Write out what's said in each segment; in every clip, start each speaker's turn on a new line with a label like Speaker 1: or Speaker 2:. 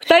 Speaker 1: 二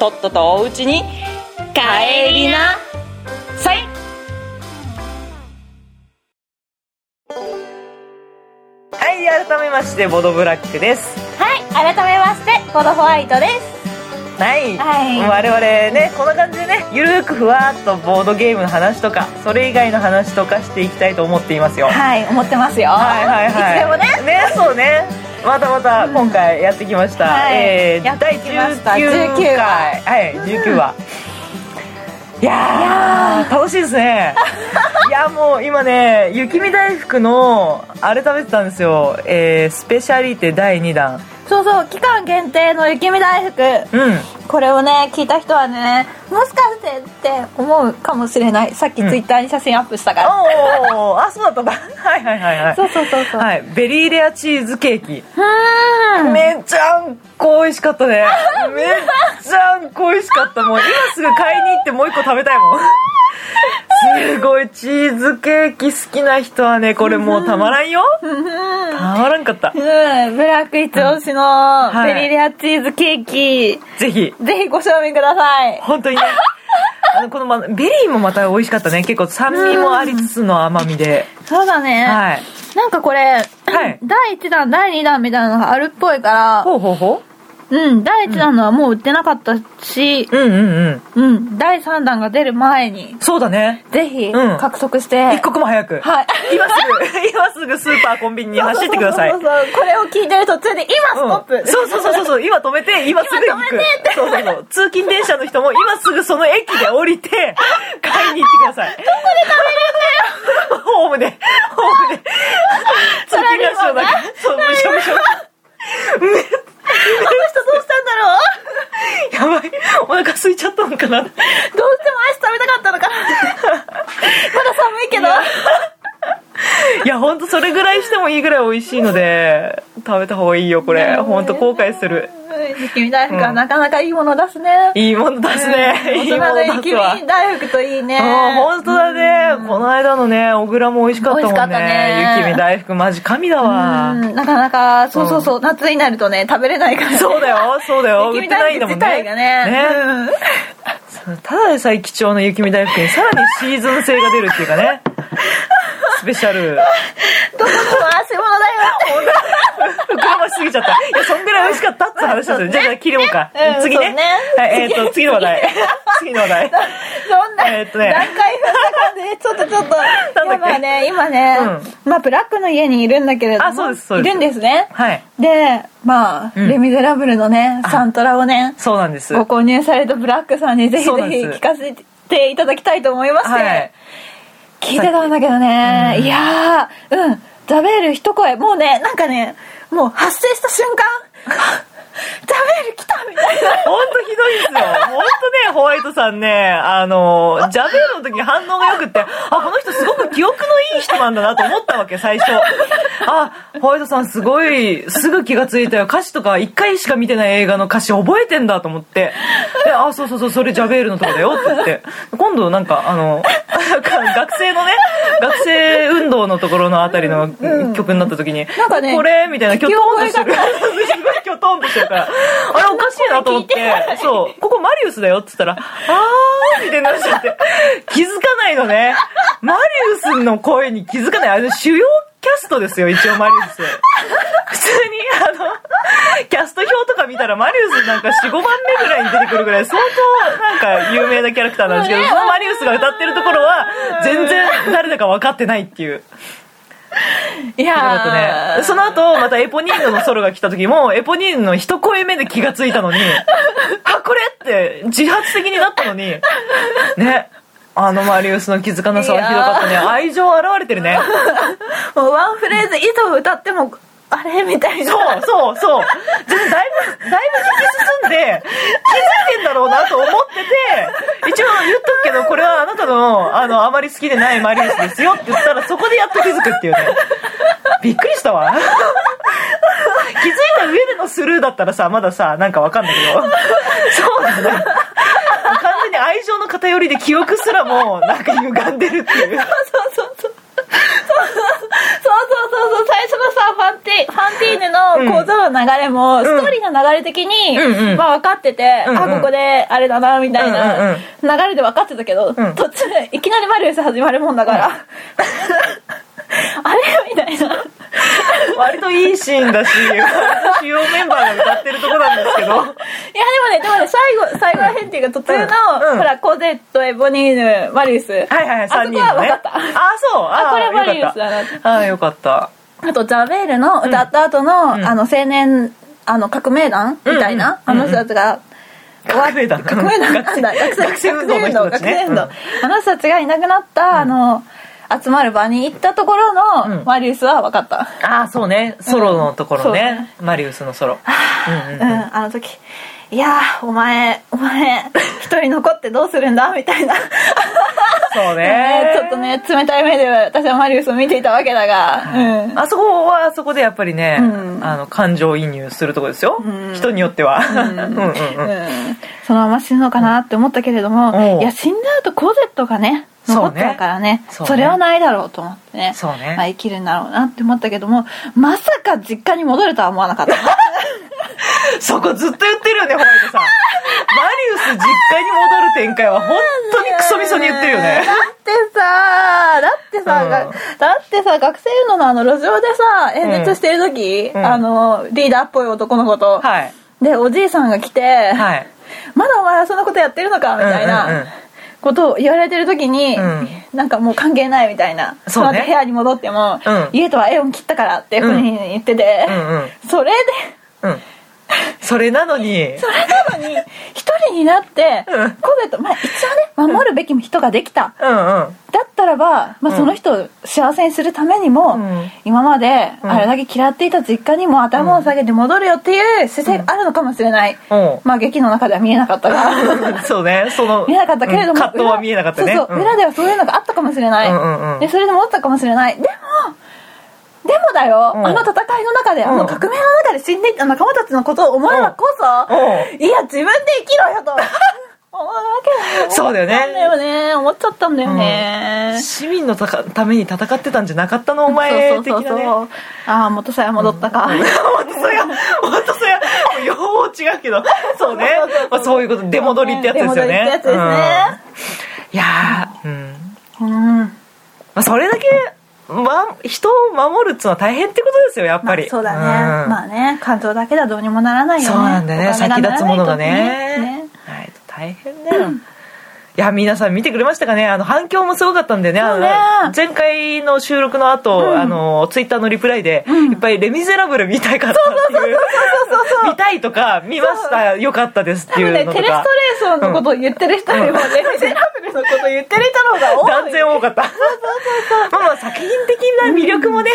Speaker 1: とっととおうちに帰りなさい
Speaker 2: はい、改めまして、ボドブラックです。
Speaker 3: はい改めましてボドホワイトです
Speaker 2: はい。
Speaker 3: はい
Speaker 2: 我々ね、こんな感じでね、ゆるーくふわーっとボードゲームの話とか、それ以外の話とかしていきたいと思っていますよ。はい
Speaker 3: はい思ってますよ
Speaker 2: はいはい。
Speaker 3: いつでも
Speaker 2: ね。ね、そうね。またまた今回やってきました。
Speaker 3: はい
Speaker 2: えー、
Speaker 3: やってきました
Speaker 2: 第
Speaker 3: 19
Speaker 2: 19回。はい、19話。いやー楽しいです ねいやもう今ね雪見大福のあれ食べてたんですよ、えー、スペシャリテ第2弾
Speaker 4: そうそう期間限定の雪見大福
Speaker 2: うん
Speaker 4: これをね聞いた人はねもしかしてって思うかもしれないさっき
Speaker 2: うん
Speaker 4: ツイッターに写真アップしたから、
Speaker 2: おーおーおーあそうだったんだ はいはいはいはい
Speaker 4: そうそうそうそう、
Speaker 2: はいベリーレアチーズケーキ
Speaker 4: うん
Speaker 2: めちゃんこ美味しかったねめちゃんこ美味しかったもう今すぐ買いに行ってもう一個食べたいもんすごいチーズケーキ好きな人はねこれもうたまらんよたまらんかった
Speaker 4: うん、ブラック一押しの
Speaker 2: はい
Speaker 4: ベリレアチーズケーキ、
Speaker 2: ぜひ
Speaker 4: ぜひご賞味ください
Speaker 2: 本当にねあのこのまベリーもまた美味しかったね結構酸味もありつつの甘みで
Speaker 4: そうだね、
Speaker 2: はい
Speaker 4: なんかこれ、
Speaker 2: はい
Speaker 4: 第1弾第2弾みたいなのがあるっぽいから
Speaker 2: ほうほうほ
Speaker 4: うん第1弾のはもう売ってなかったし
Speaker 2: う、うんうんうん
Speaker 4: うん、第3弾が出る前に
Speaker 2: そうだね
Speaker 4: ぜひ
Speaker 2: うん
Speaker 4: 獲得して、
Speaker 2: 一刻も早く
Speaker 4: はい
Speaker 2: 今すぐ今すぐスーパーコンビニに走ってください
Speaker 4: そうそうそうこれを聞いてる途中で今ストップ、
Speaker 2: うんそうそうそうそうそう今止めて今すぐ行くそうそうそう通勤電車の人も今すぐその駅で降 りて買いに行ってくださいどこで食べるんだよホームでホーム で通勤ラッシュの中そうむしょむしょ
Speaker 4: この人どうしたんだろう
Speaker 2: やばいお腹空いちゃったのかな
Speaker 4: どうしてもアイス食べたかったの かなまだ寒いけど
Speaker 2: いやほんとそれぐらいしてもいいぐらい美味しいので食べた方がいいよこれほんと後悔する
Speaker 4: うん雪見大福はなかなかいいもの出すね、
Speaker 2: いいもの出すね
Speaker 4: 大
Speaker 2: いい
Speaker 4: 人
Speaker 2: も
Speaker 4: の
Speaker 2: の
Speaker 4: 雪
Speaker 2: 出すわ
Speaker 4: 見大福といいね
Speaker 2: ああ本当だねこの間のね小倉も美味しかったもん
Speaker 4: 美味しか
Speaker 2: ね
Speaker 4: ったね
Speaker 2: 雪見大福マジ神だわ
Speaker 4: うんなかなかそうそうそう、夏になるとね食べれないから
Speaker 2: そうだよそうだよ売
Speaker 4: 雪見
Speaker 2: ってな
Speaker 4: 大
Speaker 2: いんだ
Speaker 4: 福
Speaker 2: も
Speaker 4: 自体
Speaker 2: んね
Speaker 4: がねうん
Speaker 2: そうただでさえ貴重な雪見大福にさらにシーズン性が出るっていうかねスペシャル
Speaker 4: どこでも足物だよ
Speaker 2: 膨らましすぎちゃったいやそんぐらい美味しかったって話ですよじゃあじゃあ切ろうか
Speaker 4: うん
Speaker 2: 次ね
Speaker 4: そうね
Speaker 2: はいえっと次の話題次の話題
Speaker 4: そんな、
Speaker 2: えーっとね
Speaker 4: 段階踏んだ感じで、 ちょっとちょっと、
Speaker 2: だっけ
Speaker 4: 今ね、今ね、まあ、ブラックの家にいるんだけれども、
Speaker 2: あそうですそうです
Speaker 4: いるんですね。
Speaker 2: はい
Speaker 4: で、まあ、
Speaker 2: うん
Speaker 4: レ・ミゼラブルのね、サントラをね、
Speaker 2: そうなんです
Speaker 4: ご購入されたブラックさんにぜひぜ
Speaker 2: そうなんで
Speaker 4: ひ
Speaker 2: す
Speaker 4: 聞かせていただきたいと思いまして、
Speaker 2: はい
Speaker 4: 聞いてたんだけどね、いやー、うん、ザベール一声、もうね、なんかね、もう発生した瞬 間、ザベール来たみたいな。
Speaker 2: 本当ひどいですよ。本当ね、ホワイトさんね、あの、ジャベールの時反応が良くって、あ、この人すごく記憶のいい人なんだなと思ったわけ、最初。あ、ホワイトさんすごい、すぐ気がついたよ。歌詞とか一回しか見てない映画の歌詞覚えてんだと思って。で、あ、そうそうそう、それジャベールのとこだよって言って。今度なんか、あの、学生のね、学生運動のところのあたりの曲になった時に、
Speaker 4: なんかね
Speaker 2: これみたいな、きょとんとしてる
Speaker 4: 聞き。
Speaker 2: すごいきょとんとしてるから、あれおかしいなと思って、そう、ここマリウスだよって言ったら、あーみたいになっちゃ って、気づかないのね。マリウスの声に気づかない。あれ主要キャストですよ、一応マリウス。普通に、あの、キャスト表とか見たらマリウスなんか4、5番目ぐらいに出てくるぐらい、相当なんか有名なキャラクターなんですけど、そのマリウスが歌ってるところは、全然誰だか分かってないっていう。
Speaker 4: い
Speaker 2: だったね。その後、またエポニーヌのソロが来た時も、エポニーヌの一声目で気がついたのに、あ、これって自発的になったのに、ね。あのマリウスの気づかなさはひどかったね。愛情現れてるね。
Speaker 4: もうワンフレーズ以上歌ってもあれみたいな
Speaker 2: そうそうそう。全然だいぶ、だいぶ引き進んで、気づいてんだろうなと思ってて、一応言っとくけど、これはあなたの、あの、あまり好きでないマリウスですよって言ったら、そこでやっと気づくっていうね。びっくりしたわ。気づいた上でのスルーだったらさ、まださ、なんかわかんないけど。そうなんだ。完全に愛情の偏りで記憶すらも、なんか歪んでるっていう。
Speaker 4: そうそうそうそうそうそうそうそう最初のさファンティファンティーヌの構造の流れも、ストーリーの流れ的に、
Speaker 2: うんうん
Speaker 4: まあ、分かってて、
Speaker 2: うんうん
Speaker 4: あここであれだなみたい
Speaker 2: うんうん
Speaker 4: な
Speaker 2: うん
Speaker 4: 流れで分かってたけど、
Speaker 2: ん
Speaker 4: 途中いきなりマリウス始まるもんだ から、あれみたいな
Speaker 2: 割といいシーンだし、主要メンバーが歌ってるとこなんですけど。
Speaker 4: いやでもねでもね最後最後らへんっていうか途中の、
Speaker 2: うんうん
Speaker 4: ほらコゼットエボニーヌマリウス、
Speaker 2: はいはいはい、
Speaker 4: あそこは
Speaker 2: 3人のね。
Speaker 4: 分かった
Speaker 2: あ、そう。あ
Speaker 4: あこれはマリウス
Speaker 2: よ
Speaker 4: だ
Speaker 2: か
Speaker 4: な
Speaker 2: った。あ、よかった。
Speaker 4: あと、ザ・ベールの歌った後の、
Speaker 2: ん
Speaker 4: あの、青年、あの、革命団みたいな、
Speaker 2: うんうん
Speaker 4: あの人たちが、
Speaker 2: 革命団
Speaker 4: 革命団なんだ。学生
Speaker 2: 学生運動の人た
Speaker 4: 学
Speaker 2: ちね
Speaker 4: 生運動。あの人たちがいなくなった、あの、集まる場に行ったところ
Speaker 2: う
Speaker 4: の、
Speaker 2: ん
Speaker 4: マリウスは分かった。
Speaker 2: あ、そうね。ソロのところね。マリウスの ソロ。うんうん
Speaker 4: うん、あの時。いやーお前お前一人残ってどうするんだみたいな、
Speaker 2: そ
Speaker 4: ね
Speaker 2: う ね。
Speaker 4: ちょっと。ね冷たい目で私はマリウスを見ていたわけだが、うん、
Speaker 2: あそこはあそこでやっぱりね、
Speaker 4: うん
Speaker 2: あの感情移入するとこですよ、
Speaker 4: ん
Speaker 2: 人によっては、 うんんうんうん
Speaker 4: うんそのまま死ぬのかなって思ったけれども、
Speaker 2: うん
Speaker 4: いや死んだ後コゼットがね
Speaker 2: そうね
Speaker 4: 残ってたからねそ
Speaker 2: そうね
Speaker 4: れはないだろうと思ってね
Speaker 2: そうね
Speaker 4: まあ、生きるんだろうなって思ったけどもまさか実家に戻るとは思わなかった
Speaker 2: そこずっと言ってるよねホワイトさんマリウス実家に戻る展開は本当にクソみそに言ってるよね
Speaker 4: だってさだってさ、
Speaker 2: うん
Speaker 4: がだってさ学生運動のあの路上でさ演説してる時、
Speaker 2: うん
Speaker 4: あのリーダーっぽい男の子と、
Speaker 2: はい
Speaker 4: でおじいさんが来て、
Speaker 2: はい
Speaker 4: まだお前はそんなことやってるのかみたい
Speaker 2: うんうん
Speaker 4: な
Speaker 2: う
Speaker 4: んことを言われてる時に、
Speaker 2: うん
Speaker 4: なんかもう関係ないみたいな
Speaker 2: そうね
Speaker 4: また部屋に戻っても、
Speaker 2: うん
Speaker 4: 家とはエオン切ったからっていうふうに言ってて、
Speaker 2: うんうん
Speaker 4: それ
Speaker 2: うんそれなのに
Speaker 4: でそれなのに一人になって、
Speaker 2: うん
Speaker 4: コゼット、まあ、一応ね守るべき人ができた、
Speaker 2: うんうん
Speaker 4: だったらば、まあ、その人を幸せにするためにも、
Speaker 2: うん
Speaker 4: 今まで
Speaker 2: うん
Speaker 4: あれだけ嫌っていた実家にも頭を下げて戻るよっていう姿勢があるのかもしれない、
Speaker 2: うん
Speaker 4: まあ劇の中では見えなかったが。
Speaker 2: そうね、その。
Speaker 4: 見えなかったけれども、
Speaker 2: うん葛藤は見えなかったね。
Speaker 4: 裏そうそう、
Speaker 2: ん
Speaker 4: 裏ではそういうのがあったかもしれない、
Speaker 2: うんうんうん
Speaker 4: でそれでもあったかもしれないでもでもだよ、
Speaker 2: うん
Speaker 4: あの戦いの中で、あ
Speaker 2: う
Speaker 4: の
Speaker 2: ん
Speaker 4: 革命の中で死んでいった仲間たちのことを思えばこそ、
Speaker 2: う
Speaker 4: いや自分で生きろよ と思うわけだよ
Speaker 2: そうだよね
Speaker 4: 思ったんだよね思っちゃったんだよね、
Speaker 2: 市民のたかために戦ってたんじゃなかったのお
Speaker 4: そ
Speaker 2: 前
Speaker 4: う
Speaker 2: 的
Speaker 4: そうそう
Speaker 2: なね。
Speaker 4: そう、ああ元さえ戻ったか、
Speaker 2: 本当それは、本当それは、もう用法違うけど、そうね。まあそういうこと、出戻りってやつですよ
Speaker 4: 出
Speaker 2: ね。
Speaker 4: 戻りってやつ
Speaker 2: うんいやー、うん。
Speaker 4: ですねうん、や
Speaker 2: まあそれだけ、ま、人を守るっつうのは大変ってことですよ、やっぱり。
Speaker 4: そうだね、
Speaker 2: ん
Speaker 4: まあね感情だけではどうにもならないよね
Speaker 2: そうなんだよね
Speaker 4: お金
Speaker 2: 先立つものが
Speaker 4: ならないとね
Speaker 2: ねはい大変だよ、いや皆さん見てくれましたかねあの反響もすごかったんでねあ
Speaker 4: う
Speaker 2: の
Speaker 4: ね
Speaker 2: 前回の収録の後、あのツイッターのリプライで、いっぱい「レ・ミゼラブル」見たいかったっていう見たいとか見ましたよかったですって
Speaker 4: 多分
Speaker 2: いう
Speaker 4: ね
Speaker 2: の
Speaker 4: テ
Speaker 2: と
Speaker 4: レス
Speaker 2: か
Speaker 4: トレーションのことを言ってる人よりもねミゼラブルのことを言ってる人の方が多
Speaker 2: 断
Speaker 4: い
Speaker 2: 然多かったまあまあ作品的な魅力もね、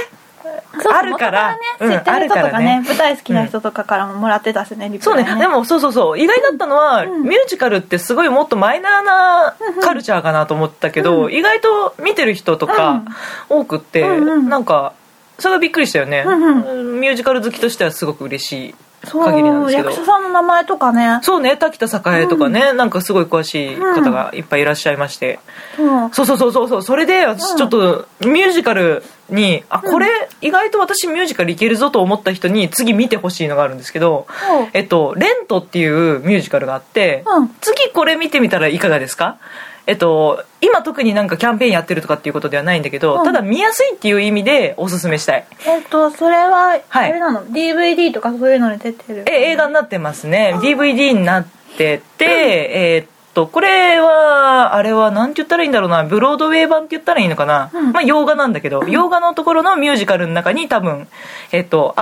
Speaker 4: そうそう
Speaker 2: あるから
Speaker 4: 元々はね知ってる人と
Speaker 2: うんある
Speaker 4: か
Speaker 2: から
Speaker 4: ね
Speaker 2: ね
Speaker 4: 舞台好きな人とかからももらってたしねリプ
Speaker 2: そう
Speaker 4: ラ
Speaker 2: ね
Speaker 4: イね
Speaker 2: でもそうそうそう意外だったのは、
Speaker 4: ん
Speaker 2: ミュージカルってすごいもっとマイナーなカルチャーかなと思ったけど、意外と見てる人とか多くって、
Speaker 4: うんうん
Speaker 2: なんかそれがびっくりしたよね、
Speaker 4: うん
Speaker 2: ミュージカル好きとしてはすごく嬉しい
Speaker 4: そう
Speaker 2: 限りなんですけど
Speaker 4: 役者さんの名前とかね
Speaker 2: そうね滝田栄とかね、なんかすごい詳しい方がいっぱいいらっしゃいまして、
Speaker 4: うん
Speaker 2: そうそうそうそうそうそれで私ちょっとミュージカルにあこれ意外と私ミュージカルいけるぞと思った人に次見てほしいのがあるんですけど
Speaker 4: うん
Speaker 2: 「えっと、レント」っていうミュージカルがあって、
Speaker 4: うん
Speaker 2: 次これ見てみたらいかがですかえっと、今特になんかキャンペーンやってるとかっていうことではないんだけど、
Speaker 4: うん
Speaker 2: ただ見やすいっていう意味でおすすめしたい
Speaker 4: えっとそれはあ
Speaker 2: はい
Speaker 4: れなの DVD とかそういうのに出てる
Speaker 2: え映画になってますね DVD になってて、えーっとこれはあれはなんて言ったらいいんだろうなブロードウェイ版って言ったらいいのかな、
Speaker 4: うん
Speaker 2: まあ洋画なんだけど、洋画のところのミュージカルの中に多分、えーっと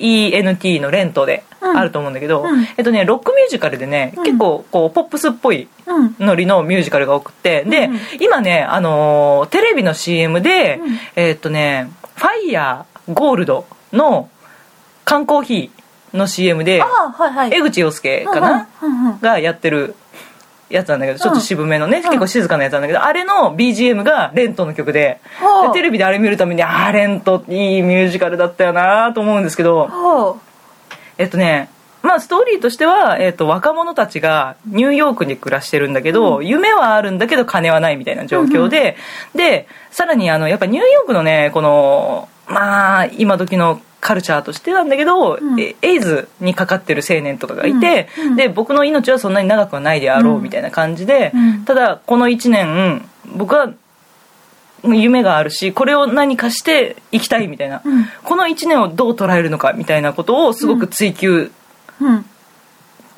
Speaker 2: RENT の「レント」で
Speaker 4: うん
Speaker 2: あると思うんだけど、
Speaker 4: うん
Speaker 2: えーっとねロックミュージカルでね、
Speaker 4: うん
Speaker 2: 結構こうポップスっぽい
Speaker 4: うん
Speaker 2: ノリのミュージカルが多くてで、
Speaker 4: うんうん
Speaker 2: 今ね、あのーテレビの CM で、
Speaker 4: うん
Speaker 2: えーっとね「ファイヤーゴールドの缶コーヒーの CM で
Speaker 4: ああはいはい
Speaker 2: 江口洋介かな、
Speaker 4: うんうんうんうん
Speaker 2: がやってるやつなんだけどちょっと渋めのね、結構静かなやつなんだけどあれの BGM がレントの曲で
Speaker 4: ほう
Speaker 2: でテレビであれ見るためにあーレントいいミュージカルだったよなと思うんですけど
Speaker 4: ほ
Speaker 2: えっとねまあストーリーとしては、えっと、若者たちがニューヨークに暮らしてるんだけど、夢はあるんだけど金はないみたいな状況で、でさらにあのやっぱニューヨークのねこのまあ今時のカルチャーとしてなんだけど、
Speaker 4: うん
Speaker 2: えエイズにかかってる青年とかがいて、
Speaker 4: うんうん
Speaker 2: で僕の命はそんなに長くはないであろうみたいな感じで、
Speaker 4: うん
Speaker 2: ただこの1年僕は夢があるしこれを何かしていきたいみたいな、
Speaker 4: うん
Speaker 2: この1年をどう捉えるのかみたいなことをすごく追求
Speaker 4: ううん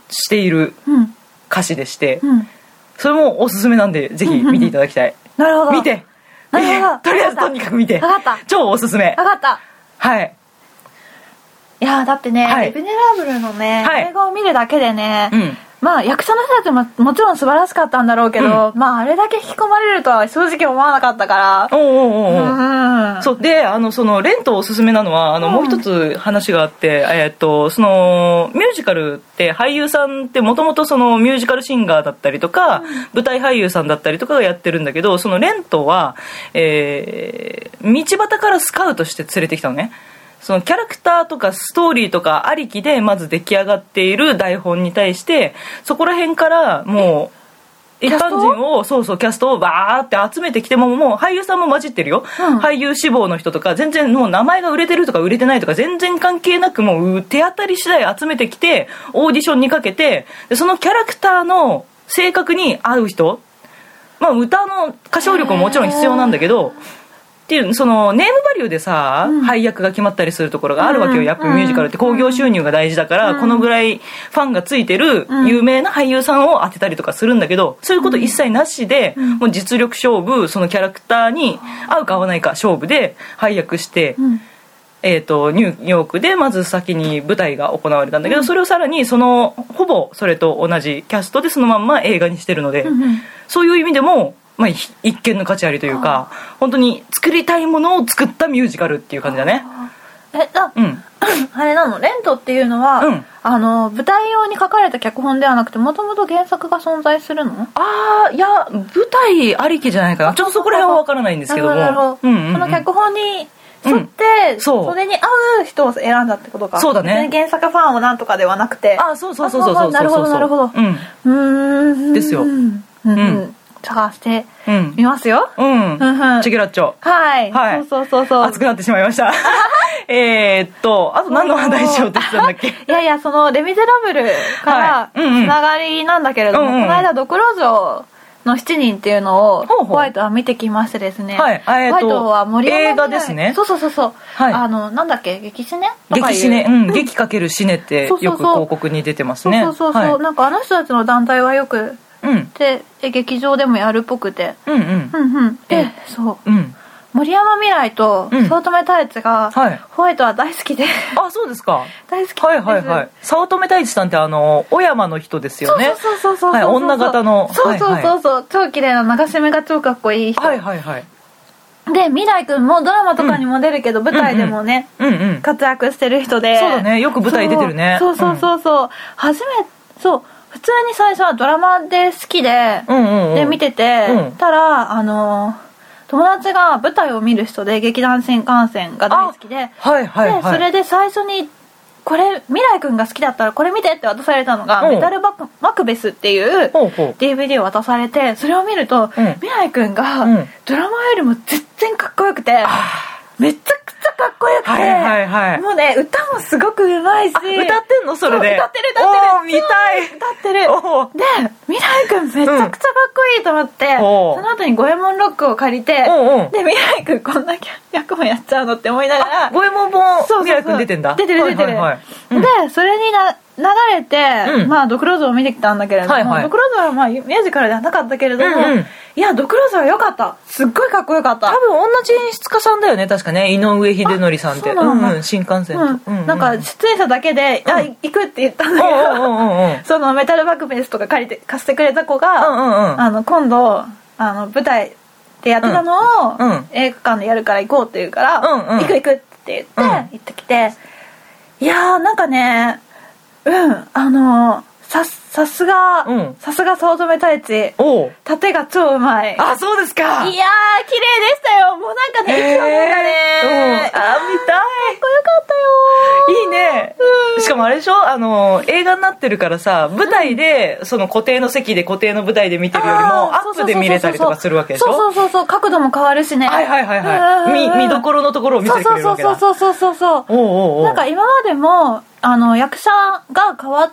Speaker 2: している
Speaker 4: うん
Speaker 2: 歌詞でして、
Speaker 4: うん
Speaker 2: それもおすすめなんでぜひ見ていただきたい、
Speaker 4: なるほど
Speaker 2: 見て
Speaker 4: なるほど
Speaker 2: とりあえずとにかく見て
Speaker 4: わかった
Speaker 2: 超おすすめ
Speaker 4: わかった
Speaker 2: はい
Speaker 4: いやーだってね、
Speaker 2: はい
Speaker 4: レベネラブルのね、
Speaker 2: はい
Speaker 4: 映画を見るだけでね、
Speaker 2: うん
Speaker 4: まあ役者の人たちももちろん素晴らしかったんだろうけど、まああれだけ引き込まれるとは正直思わなかったから
Speaker 2: おうおうおうおう
Speaker 4: うん
Speaker 2: そうであのそのレントおすすめなのはあの、
Speaker 4: うん
Speaker 2: もう一つ話があって、えーっとそのミュージカルって俳優さんってもともとそのミュージカルシンガーだったりとか、舞台俳優さんだったりとかがやってるんだけどそのレントは、えー道端からスカウトして連れてきたのね。そのキャラクターとかストーリーとかありきでまず出来上がっている台本に対してそこら辺からもう一般人をそうそうキャストをバーって集めてきてももう俳優さんも混じってるよ、
Speaker 4: うん
Speaker 2: 俳優志望の人とか全然もう名前が売れてるとか売れてないとか全然関係なくもう手当たり次第集めてきてオーディションにかけてでそのキャラクターの性格に合う人まあ歌の歌唱力ももちろん必要なんだけどっていうそのネームバリューでさ、配役が決まったりするところがあるわけよ、
Speaker 4: うん
Speaker 2: やっぱミュージカルって興行収入が大事だから、このぐらいファンがついてる
Speaker 4: うん
Speaker 2: 有名な俳優さんを当てたりとかするんだけどそういうこと一切なしで、もう実力勝負そのキャラクターに合うか合わないか勝負で配役して、
Speaker 4: うん
Speaker 2: えー、とニューヨークでまず先に舞台が行われたんだけど、それをさらにそのほぼそれと同じキャストでそのまんま映画にしてるので、
Speaker 4: うんうん
Speaker 2: そういう意味でも、まあ、ひ一見の価値ありというか本当に作りたいものを作ったミュージカルっていう感じだね。
Speaker 4: えあ、
Speaker 2: うん
Speaker 4: あれなのレントっていうのは、
Speaker 2: うん
Speaker 4: あの舞台用に書かれた脚本ではなくてもともと原作が存在するの
Speaker 2: ああいや舞台ありきじゃないかなちょっとそこら辺は分からないんですけども
Speaker 4: なるほど、
Speaker 2: うんうんうん
Speaker 4: その脚本に沿って、
Speaker 2: んそう
Speaker 4: れに合う人を選んだってことか
Speaker 2: そうだね
Speaker 4: 別に原作ファンをなんとかではなくて
Speaker 2: あそうそうそうそう
Speaker 4: あ
Speaker 2: そ
Speaker 4: あ
Speaker 2: う
Speaker 4: なるほどなるほど
Speaker 2: うん
Speaker 4: うーん
Speaker 2: ですよ
Speaker 4: うん、う
Speaker 2: うん
Speaker 4: ん、探して
Speaker 2: うん
Speaker 4: みますよ
Speaker 2: うん、
Speaker 4: うんうん
Speaker 2: チェケラッチョ
Speaker 4: はい、
Speaker 2: はい
Speaker 4: そうそうそう
Speaker 2: 熱
Speaker 4: そ
Speaker 2: くなってしまいました えーっとあと何の話しようとしてたんだっ け
Speaker 4: ういやいやその「レ・ミゼラブル」から
Speaker 2: はいうんうん
Speaker 4: つながりなんだけれども、
Speaker 2: うんうん
Speaker 4: この間「ドクロ城の7人」っていうのを
Speaker 2: ほうほう
Speaker 4: ホワイトは見てきましてですね、
Speaker 2: はいあえっ
Speaker 4: ホ
Speaker 2: と
Speaker 4: ワイトは森山
Speaker 2: 映画
Speaker 4: 未来
Speaker 2: ですね
Speaker 4: そうそうそうそう、
Speaker 2: はい
Speaker 4: あのなんだっけ激死ねとかいう
Speaker 2: 劇死ね、うん、劇かける死ねって
Speaker 4: そうそう
Speaker 2: よ
Speaker 4: そう
Speaker 2: く広告に出てます
Speaker 4: そう
Speaker 2: ね
Speaker 4: そうそうそう、
Speaker 2: は
Speaker 4: なんかあの人たちの団体はよく
Speaker 2: い、うん
Speaker 4: でえ劇場でもやるっぽくて
Speaker 2: うんうん
Speaker 4: うんうん
Speaker 2: う
Speaker 4: で
Speaker 2: ん
Speaker 4: そう
Speaker 2: うん
Speaker 4: 森山未来と
Speaker 2: うん
Speaker 4: 早乙女太一が、
Speaker 2: はい
Speaker 4: ホワイトは大好きで
Speaker 2: あそうですか
Speaker 4: 大好き
Speaker 2: はいはいはい早乙女太一さんってあの小山の人ですよ
Speaker 4: そう
Speaker 2: ね
Speaker 4: そうそうそうそうそう、
Speaker 2: はい女型の
Speaker 4: そうそう
Speaker 2: は
Speaker 4: そうそう、超綺麗な流し目が超かっこいい人、
Speaker 2: はいはいはい
Speaker 4: で未来君もドラマとかにも出るけど、舞台でもね、
Speaker 2: うんうん
Speaker 4: 活躍してる人で
Speaker 2: そうだねよく舞台出てるね
Speaker 4: そうそうそうそうそう、初めそう普通に最初はドラマで好きで、
Speaker 2: うんうんうん
Speaker 4: で見てて、
Speaker 2: うん
Speaker 4: たらあの友達が舞台を見る人で劇団新幹線が大好きで
Speaker 2: はいはいはい
Speaker 4: でそれで最初にこれ未来君が好きだったらこれ見てって渡されたのが
Speaker 2: う
Speaker 4: 「
Speaker 2: ん
Speaker 4: メタルバクマクベス」っていう
Speaker 2: ほうほう
Speaker 4: DVD を渡されてそれを見ると、
Speaker 2: ん
Speaker 4: 未来君が
Speaker 2: うん
Speaker 4: ドラマよりも全然かっこよくて、めちゃくちゃかっこよくて、
Speaker 2: はいはいはい
Speaker 4: もうね歌もすごくうまいし歌っ
Speaker 2: 歌ってんのそれ
Speaker 4: そ
Speaker 2: で
Speaker 4: う歌ってる歌ってる
Speaker 2: おー見たい
Speaker 4: てる
Speaker 2: おー
Speaker 4: で未来君めちゃくちゃかっこいいと思って、
Speaker 2: おう
Speaker 4: その後に五右衛門ロックを借りて、
Speaker 2: うんうん
Speaker 4: で未来君こんな役もやっちゃうのって思いながら
Speaker 2: 五右衛門も
Speaker 4: そうそうそう
Speaker 2: 未来君出てんだ
Speaker 4: 出てる出てる、
Speaker 2: はいはいはい
Speaker 4: でそれにな流れて、
Speaker 2: うん
Speaker 4: まあドクロ像を見てきたんだけれども、
Speaker 2: はいはい
Speaker 4: ドクロ像はまあミュージカルではなかったけれども、
Speaker 2: うんうん
Speaker 4: いやドクロ像は良かったすっごいかっこよかった
Speaker 2: 多分同じ演出家さんだよね確かね井上秀則さんって
Speaker 4: あそうなんだ
Speaker 2: うんうん新幹線
Speaker 4: うん
Speaker 2: と、うう
Speaker 4: なんか出演者だけで「あ行く」って言ったんだけ
Speaker 2: うん
Speaker 4: ど、
Speaker 2: うんうんうん
Speaker 4: そのメタルバックベースとか借りて貸してくれた子
Speaker 2: う
Speaker 4: が、
Speaker 2: んうんうん
Speaker 4: あの今度あの舞台でやってたのを、
Speaker 2: うんうん
Speaker 4: 映画館でやるから行こうって言うから、
Speaker 2: うんうん
Speaker 4: 行く行くって言って、
Speaker 2: うん
Speaker 4: 行ってきていやーなんかねうんあのささすが、
Speaker 2: うん
Speaker 4: さすが早乙女太一
Speaker 2: おう
Speaker 4: 縦が超うまい
Speaker 2: あそうですか
Speaker 4: いやー綺麗でしたよもうなんかね息を飲んだね
Speaker 2: えーうんあー見たい
Speaker 4: かっこよかったよ
Speaker 2: いいね、しかもあれでしょあの映画になってるからさ舞台で、その固定の席で固定の舞台で見てるよりも
Speaker 4: ー
Speaker 2: アップで見れたりとかするわけでしょ
Speaker 4: そうそうそうそう角度も変わるしね
Speaker 2: はいはいはいはい、
Speaker 4: うんうんうん
Speaker 2: み見どころのところを見せ
Speaker 4: そう
Speaker 2: てく
Speaker 4: そう
Speaker 2: れる
Speaker 4: そ
Speaker 2: わ
Speaker 4: う
Speaker 2: けだ
Speaker 4: そうそうそうそう
Speaker 2: おうおうおう
Speaker 4: なんか今までもあの役者が変わっ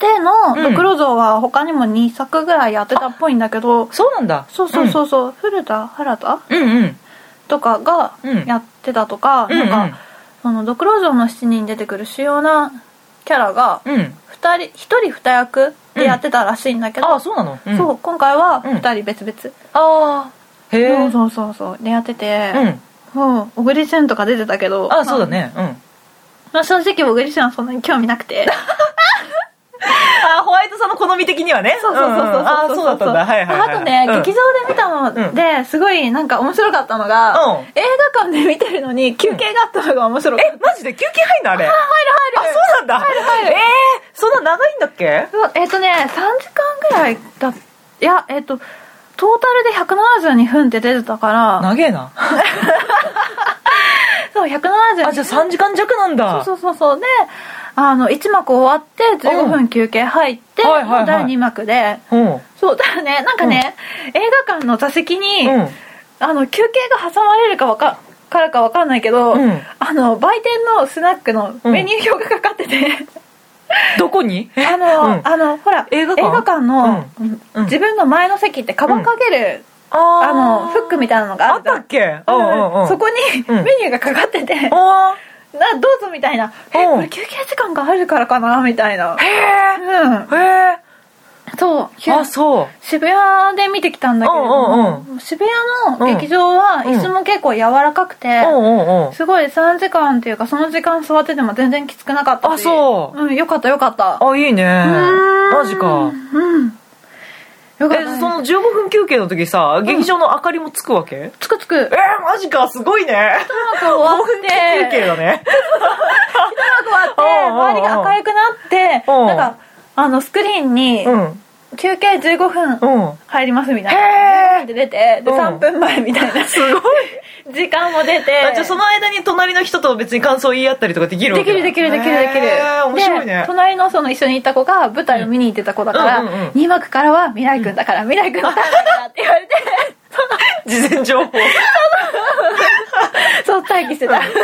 Speaker 4: ての
Speaker 2: う
Speaker 4: 「
Speaker 2: ん
Speaker 4: ドクロ像」は他にも2作ぐらいやってたっぽいんだけど、
Speaker 2: そうなんだ
Speaker 4: そうそうそうそう、古田原田
Speaker 2: うん、うんうん
Speaker 4: とかが
Speaker 2: うん
Speaker 4: やってたとか、
Speaker 2: うんうん
Speaker 4: なんかその「ドクロ像の7人」に出てくる主要なキャラが
Speaker 2: うん
Speaker 4: 二人1人2役でやってたらしいんだけど、
Speaker 2: ああそうなの、ん
Speaker 4: そう今回は
Speaker 2: うん
Speaker 4: 2人別々、
Speaker 2: ああへえ
Speaker 4: そうそうそうそうでやってて、
Speaker 2: うん
Speaker 4: うん、小栗旬とか出てたけど
Speaker 2: ああそうだねうん
Speaker 4: まあ正直小栗旬はそんなに興味なくて
Speaker 2: あホワイトさんの好み的にはね
Speaker 4: そうそうそうそうそう
Speaker 2: ああそうだったんだはいはい、はい、
Speaker 4: あとね、
Speaker 2: うん
Speaker 4: 劇場で見たのですごいなんか面白かったのが、
Speaker 2: うん
Speaker 4: 映画館で見てるのに休憩があったのが面白かった、
Speaker 2: えマジで休憩入んのあれあ
Speaker 4: 入る入る
Speaker 2: そうなんだええー、そんな長いんだっけ
Speaker 4: そうえっ、とね3時間ぐらいだいやえっ、とトータルで172分って出てたから
Speaker 2: 長えな
Speaker 4: そう172
Speaker 2: あじゃあ3時間弱なんだ
Speaker 4: そうそうそうそうであの1幕終わって15分休憩入って、
Speaker 2: うんはいはいはい
Speaker 4: 第2幕で
Speaker 2: うん
Speaker 4: そうだからねなんかね、映画館の座席に、
Speaker 2: うん
Speaker 4: あの休憩が挟まれるかわかからかわかんないけど、
Speaker 2: うん
Speaker 4: あの売店のスナックのメニュー表がかかってて、
Speaker 2: どこに
Speaker 4: あの、
Speaker 2: うん
Speaker 4: あのほら
Speaker 2: 映画館
Speaker 4: の、
Speaker 2: うん
Speaker 4: 自分の前の席ってカバンかける、あのフックみ
Speaker 2: たい
Speaker 4: たいなのがあ
Speaker 2: なあ
Speaker 4: る
Speaker 2: っ
Speaker 4: じゃ
Speaker 2: た
Speaker 4: ん
Speaker 2: っけうんうん
Speaker 4: う
Speaker 2: うんん
Speaker 4: そこに
Speaker 2: うん
Speaker 4: メニューがかかってて、な
Speaker 2: おー
Speaker 4: どうぞみたいな、え
Speaker 2: うん
Speaker 4: これ休憩時間があるからかなみたいな、
Speaker 2: へ
Speaker 4: うん、
Speaker 2: えへ
Speaker 4: そう
Speaker 2: えあそう
Speaker 4: 渋谷で見てきたんだけれども、
Speaker 2: う
Speaker 4: 渋谷の劇場は
Speaker 2: うん
Speaker 4: 椅子も結構柔らかくて、
Speaker 2: うんうんうん
Speaker 4: すごい3時間っていうかその時間座ってても全然きつくなかったし、
Speaker 2: あそう
Speaker 4: うん、よかったよかった
Speaker 2: あいいね
Speaker 4: うん
Speaker 2: マジか
Speaker 4: うんよかった
Speaker 2: え
Speaker 4: ね、
Speaker 2: その15分休憩の時さ劇場の明かりもつくわけえ
Speaker 4: つくつくう
Speaker 2: ーマジかすごいね
Speaker 4: まく終わって
Speaker 2: 休憩
Speaker 4: う
Speaker 2: だね
Speaker 4: まく終わって周りが明るくなって
Speaker 2: うん
Speaker 4: なんかあのスクリーンに
Speaker 2: うん
Speaker 4: 休憩15分
Speaker 2: うん
Speaker 4: 入りますみたいな
Speaker 2: へー
Speaker 4: で出てで
Speaker 2: うん
Speaker 4: 3分前みたいな
Speaker 2: すごい
Speaker 4: 時間も出て
Speaker 2: あじゃあその間に隣の人と別に感想言い合ったりとかできるわ
Speaker 4: で
Speaker 2: け
Speaker 4: きる
Speaker 2: だ
Speaker 4: できるできるできる、
Speaker 2: へー面白
Speaker 4: で
Speaker 2: いね
Speaker 4: 隣のその一緒に行った子が舞台を見に行ってた子だから、
Speaker 2: うんうんうんうん
Speaker 4: 2幕からは未来君だから、未来君のためだからって言われて
Speaker 2: 事前情報
Speaker 4: そう待機してた
Speaker 2: あそう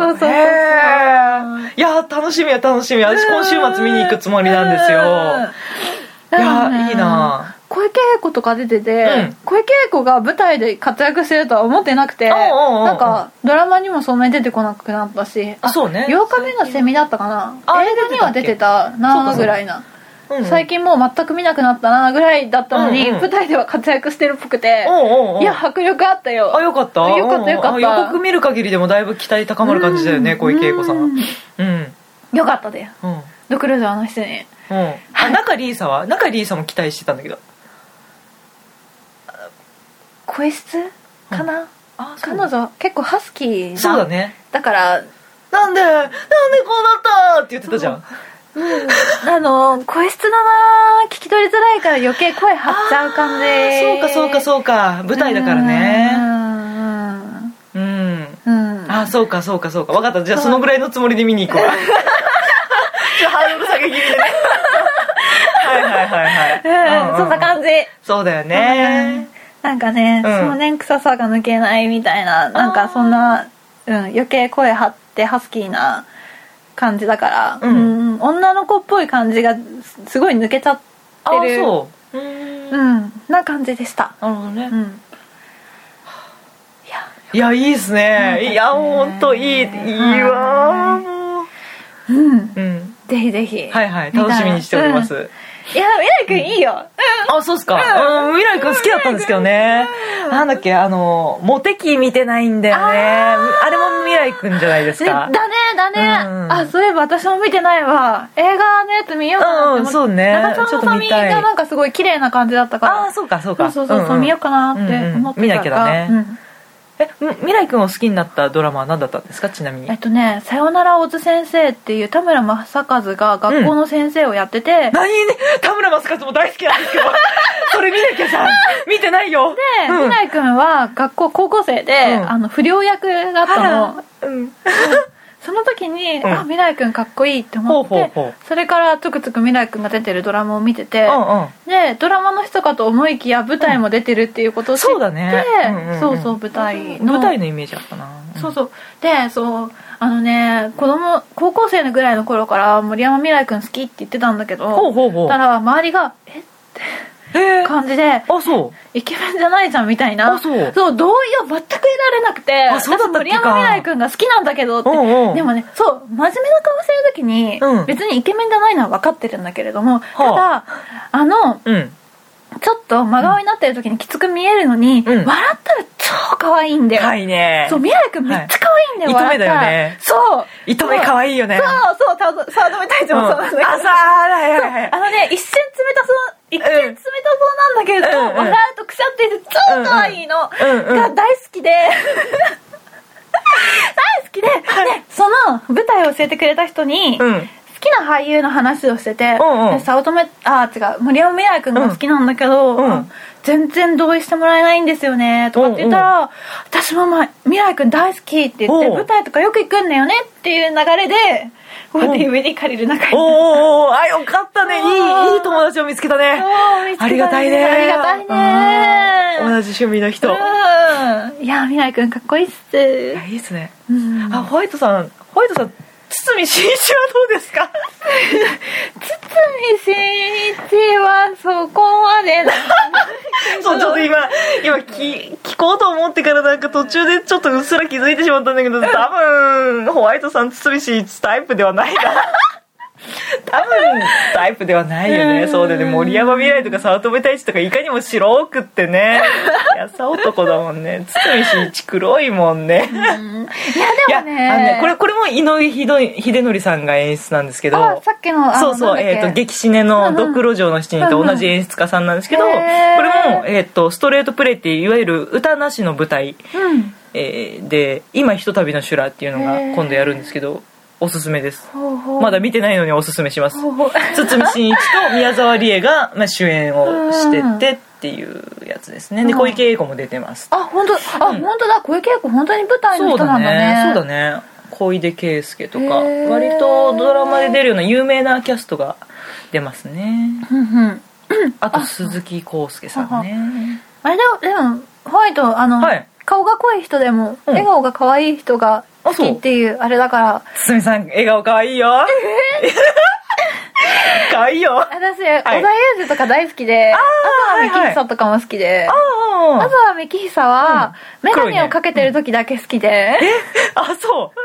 Speaker 4: そうそうそう
Speaker 2: へーいや楽しみや楽しみ私今週末見に行くつもりなんですよい
Speaker 4: うん
Speaker 2: やいいな
Speaker 4: 小池栄子とか出てて、
Speaker 2: うん
Speaker 4: 小池栄子が舞台で活躍してるとは思ってなくて
Speaker 2: おうおうおう
Speaker 4: なんかドラマにもそんなに出てこなくなったし
Speaker 2: あそうね
Speaker 4: 8日目のセミだったかな
Speaker 2: あ
Speaker 4: 映画には出てたなぐらいな
Speaker 2: うん
Speaker 4: 最近もう全く見なくなったなぐらいだったのに、
Speaker 2: うんうん
Speaker 4: 舞台では活躍してるっぽくて、
Speaker 2: おうおうおう
Speaker 4: いや迫力あったよ
Speaker 2: あよかった
Speaker 4: よかったよかった
Speaker 2: うんあ予告見る限りでもだいぶ期待高まる感じだよね小池栄子さんうんうん
Speaker 4: よかったです
Speaker 2: うん
Speaker 4: ドクルーザーの人に
Speaker 2: あ中里依紗は中里依紗も期待してたんだけど
Speaker 4: 声質かな、
Speaker 2: あ
Speaker 4: 彼女結構ハスキーな
Speaker 2: そうだね
Speaker 4: だから
Speaker 2: なんでなんでこうなったって言ってたじゃん
Speaker 4: あの声質だな聞き取りづらいから余計声張っちゃう感じ
Speaker 2: そうかそうか
Speaker 4: う
Speaker 2: そうか舞台だからね
Speaker 4: ね
Speaker 2: う
Speaker 4: う
Speaker 2: ん
Speaker 4: んうん
Speaker 2: あそうかそうかそうか分かったじゃあそのぐらいのつもりで見に行こうちょっとハードル下げ気味でねはいはい はいはい
Speaker 4: そんな感じ
Speaker 2: そうだよね
Speaker 4: なんかね、
Speaker 2: うん
Speaker 4: 少年臭さが抜けないみたいななんかそんな、うん、余計声張ってハスキーな感じだから、
Speaker 2: うん
Speaker 4: うん女の子っぽい感じがすすごい抜けちゃ
Speaker 2: あ
Speaker 4: ってる
Speaker 2: そううんなる
Speaker 4: ん、な感じでした、
Speaker 2: ほどね
Speaker 4: うん、
Speaker 2: いやいいですねいやもうほんといいいいわーもう
Speaker 4: うん、
Speaker 2: うん
Speaker 4: ぜひぜひ
Speaker 2: はいはい楽しみにしておりま、
Speaker 4: 見
Speaker 2: す
Speaker 4: たらうんいや未来君いいよ、
Speaker 2: あそうっすかうん未来君好きだったんですけどねなんだっけあのモテキ見てないんだよねあれも未来君じゃないです
Speaker 4: ね
Speaker 2: か
Speaker 4: だねだね、
Speaker 2: うん
Speaker 4: あそういえば私も見てないわ映画のやつ見ようかなって思って、
Speaker 2: うんうんそうね
Speaker 4: 長澤まさみ
Speaker 2: ちょっと見たい
Speaker 4: がなんかすごい綺麗な感じだったから
Speaker 2: ああそうかそう
Speaker 4: そ
Speaker 2: か
Speaker 4: うそうそうそう、
Speaker 2: んん
Speaker 4: 見ようかなって思ってたから
Speaker 2: うんうん見なきゃだね
Speaker 4: うん
Speaker 2: えみ未来君を好きになったドラマは何だったんですかちなみに
Speaker 4: えっとね「さよなら小津先生」っていう田村正和が学校の先生をやってて、
Speaker 2: 何ね田村正和も大好きなんで すけどそれ見なきゃさ見てないよ
Speaker 4: で、
Speaker 2: うん
Speaker 4: 未来君は学校高校生で、
Speaker 2: うん
Speaker 4: あの不良役だったの、
Speaker 2: あらうん
Speaker 4: その時に、
Speaker 2: うん
Speaker 4: あ未来君かっこいいって思って
Speaker 2: ほうほうほう
Speaker 4: それからつくつく未来君が出てるドラマを見てて、
Speaker 2: うんうん
Speaker 4: でドラマの人かと思いきや舞台も出てるっていうことを知って、
Speaker 2: そうだねうんうんうん
Speaker 4: そうそう舞台の
Speaker 2: 舞台のイメージあったな
Speaker 4: そうそうでそうあのね子供高校生のぐらいの頃から森山未来君好きって言ってたんだけど
Speaker 2: ほうほうほう
Speaker 4: たら周りが「えっ?」
Speaker 2: うんへ
Speaker 4: て
Speaker 2: え
Speaker 4: 感じで
Speaker 2: あそう
Speaker 4: イケメンじゃないじゃんみたいな
Speaker 2: あそう
Speaker 4: 同意を全く得られなくて
Speaker 2: あそうだったっけか
Speaker 4: 私森山未来君が好きなんだけどって
Speaker 2: うんうん
Speaker 4: でもねそう真面目な顔してる時に、
Speaker 2: うん
Speaker 4: 別にイケメンじゃないのは分かってるんだけれども、
Speaker 2: は
Speaker 4: ただあの
Speaker 2: うん
Speaker 4: ちょっと真顔になってる時にきつく見えるのに、
Speaker 2: うん
Speaker 4: 笑ったら超可愛いんだよ、
Speaker 2: かいね
Speaker 4: そう未来君めっちゃ可愛いんだよ、
Speaker 2: はい
Speaker 4: 笑ったら
Speaker 2: 糸目だよね
Speaker 4: そう
Speaker 2: 糸目可愛いよね
Speaker 4: そうそうたサード目隊長もそうなんだけど、
Speaker 2: あさあはいはいはい
Speaker 4: あのね、一瞬冷たそう、一見冷たそうなんだけれども、
Speaker 2: うんうん
Speaker 4: 笑うとくしゃってて超可愛いのが
Speaker 2: うんうん
Speaker 4: 大好きで、大好きで、で、その舞台を教えてくれた人に、
Speaker 2: うん
Speaker 4: 好きな俳優の話をしてて、
Speaker 2: うんうん
Speaker 4: で早乙女あ違う森山未来君が好きなんだけど、
Speaker 2: うん
Speaker 4: あ全然同意してもらえないんですよねとかって言ったら、私も、まあ、未来君大好きって言って
Speaker 2: おう
Speaker 4: 舞台とかよく行くんだよねっていう流れでこうやって DVD 借りる中に
Speaker 2: おーおーおーあよかったねいいいい友達を見つけたね
Speaker 4: そう見つけたね
Speaker 2: ありがたいね
Speaker 4: ありがたいね
Speaker 2: うん同じ趣味の人
Speaker 4: うんいや未来君かっこいいっ
Speaker 2: い
Speaker 4: す
Speaker 2: やいいですね
Speaker 4: うん
Speaker 2: あホワイトさんホワイトさん堤真一はどうですか
Speaker 4: 堤真一はそこまでだ
Speaker 2: そうちょっと今今聞聞こうと思ってからなんか途中でちょっとうっすら気づいてしまったんだけど多分ホワイトさん堤真一タイプではないな 多分タイプではないよねそうだよね森山未来とか早乙女太一とかいかにも白くって ね優男だもんね堤真一黒いもんねい
Speaker 4: い
Speaker 2: や
Speaker 4: や
Speaker 2: あ
Speaker 4: でも
Speaker 2: のね
Speaker 4: ね
Speaker 2: これこれも井上ひどい秀則さんが演出なんですけど
Speaker 4: あさっきのあの
Speaker 2: そうそ
Speaker 4: なん
Speaker 2: う、
Speaker 4: だっけ
Speaker 2: えっ、と、激シネのドクロ城の七人と同じ演出家さんなんですけど、こ
Speaker 4: うんうんうんへー
Speaker 2: れも、えっ、と、ストレートプレイっていう、いわゆる歌なしの舞台、
Speaker 4: うん
Speaker 2: えーで、今ひとたびの修羅っていうのが
Speaker 4: へー
Speaker 2: 今度やるんですけど、おすすめです。
Speaker 4: ほうほう
Speaker 2: まだ見てないのにおすすめします。
Speaker 4: ほうほう
Speaker 2: 堤真一と宮沢りえが、まあ、主演をしててっていうやつですね。で、
Speaker 4: うん
Speaker 2: 小池栄子も出てます。
Speaker 4: あ本当あ、
Speaker 2: うん
Speaker 4: 本当だ小池栄子本当に舞台の
Speaker 2: そう
Speaker 4: 人な
Speaker 2: だ
Speaker 4: んだ
Speaker 2: ね
Speaker 4: ね。
Speaker 2: そうだね。小出圭介とか、
Speaker 4: へー
Speaker 2: 割とドラマで出るような有名なキャストが出ますね。
Speaker 4: うんうん
Speaker 2: あと鈴木康介さんね。
Speaker 4: あれでもでもホワイトあの、
Speaker 2: はい
Speaker 4: 顔が濃い人でも、
Speaker 2: うん
Speaker 4: 笑顔が可愛い人が好きっていうあれだから
Speaker 2: すみさん、笑顔かわいいよ。かわいいよ。あ
Speaker 4: 私、小田裕二とか大好きで
Speaker 2: は
Speaker 4: 朝
Speaker 2: い
Speaker 4: は
Speaker 2: はい
Speaker 4: 幹久とかも好きで、
Speaker 2: あ
Speaker 4: 朝は幹久は、メガ
Speaker 2: 黒い
Speaker 4: ネ
Speaker 2: ね
Speaker 4: をかけてる時だけ好きで、
Speaker 2: あ、そう。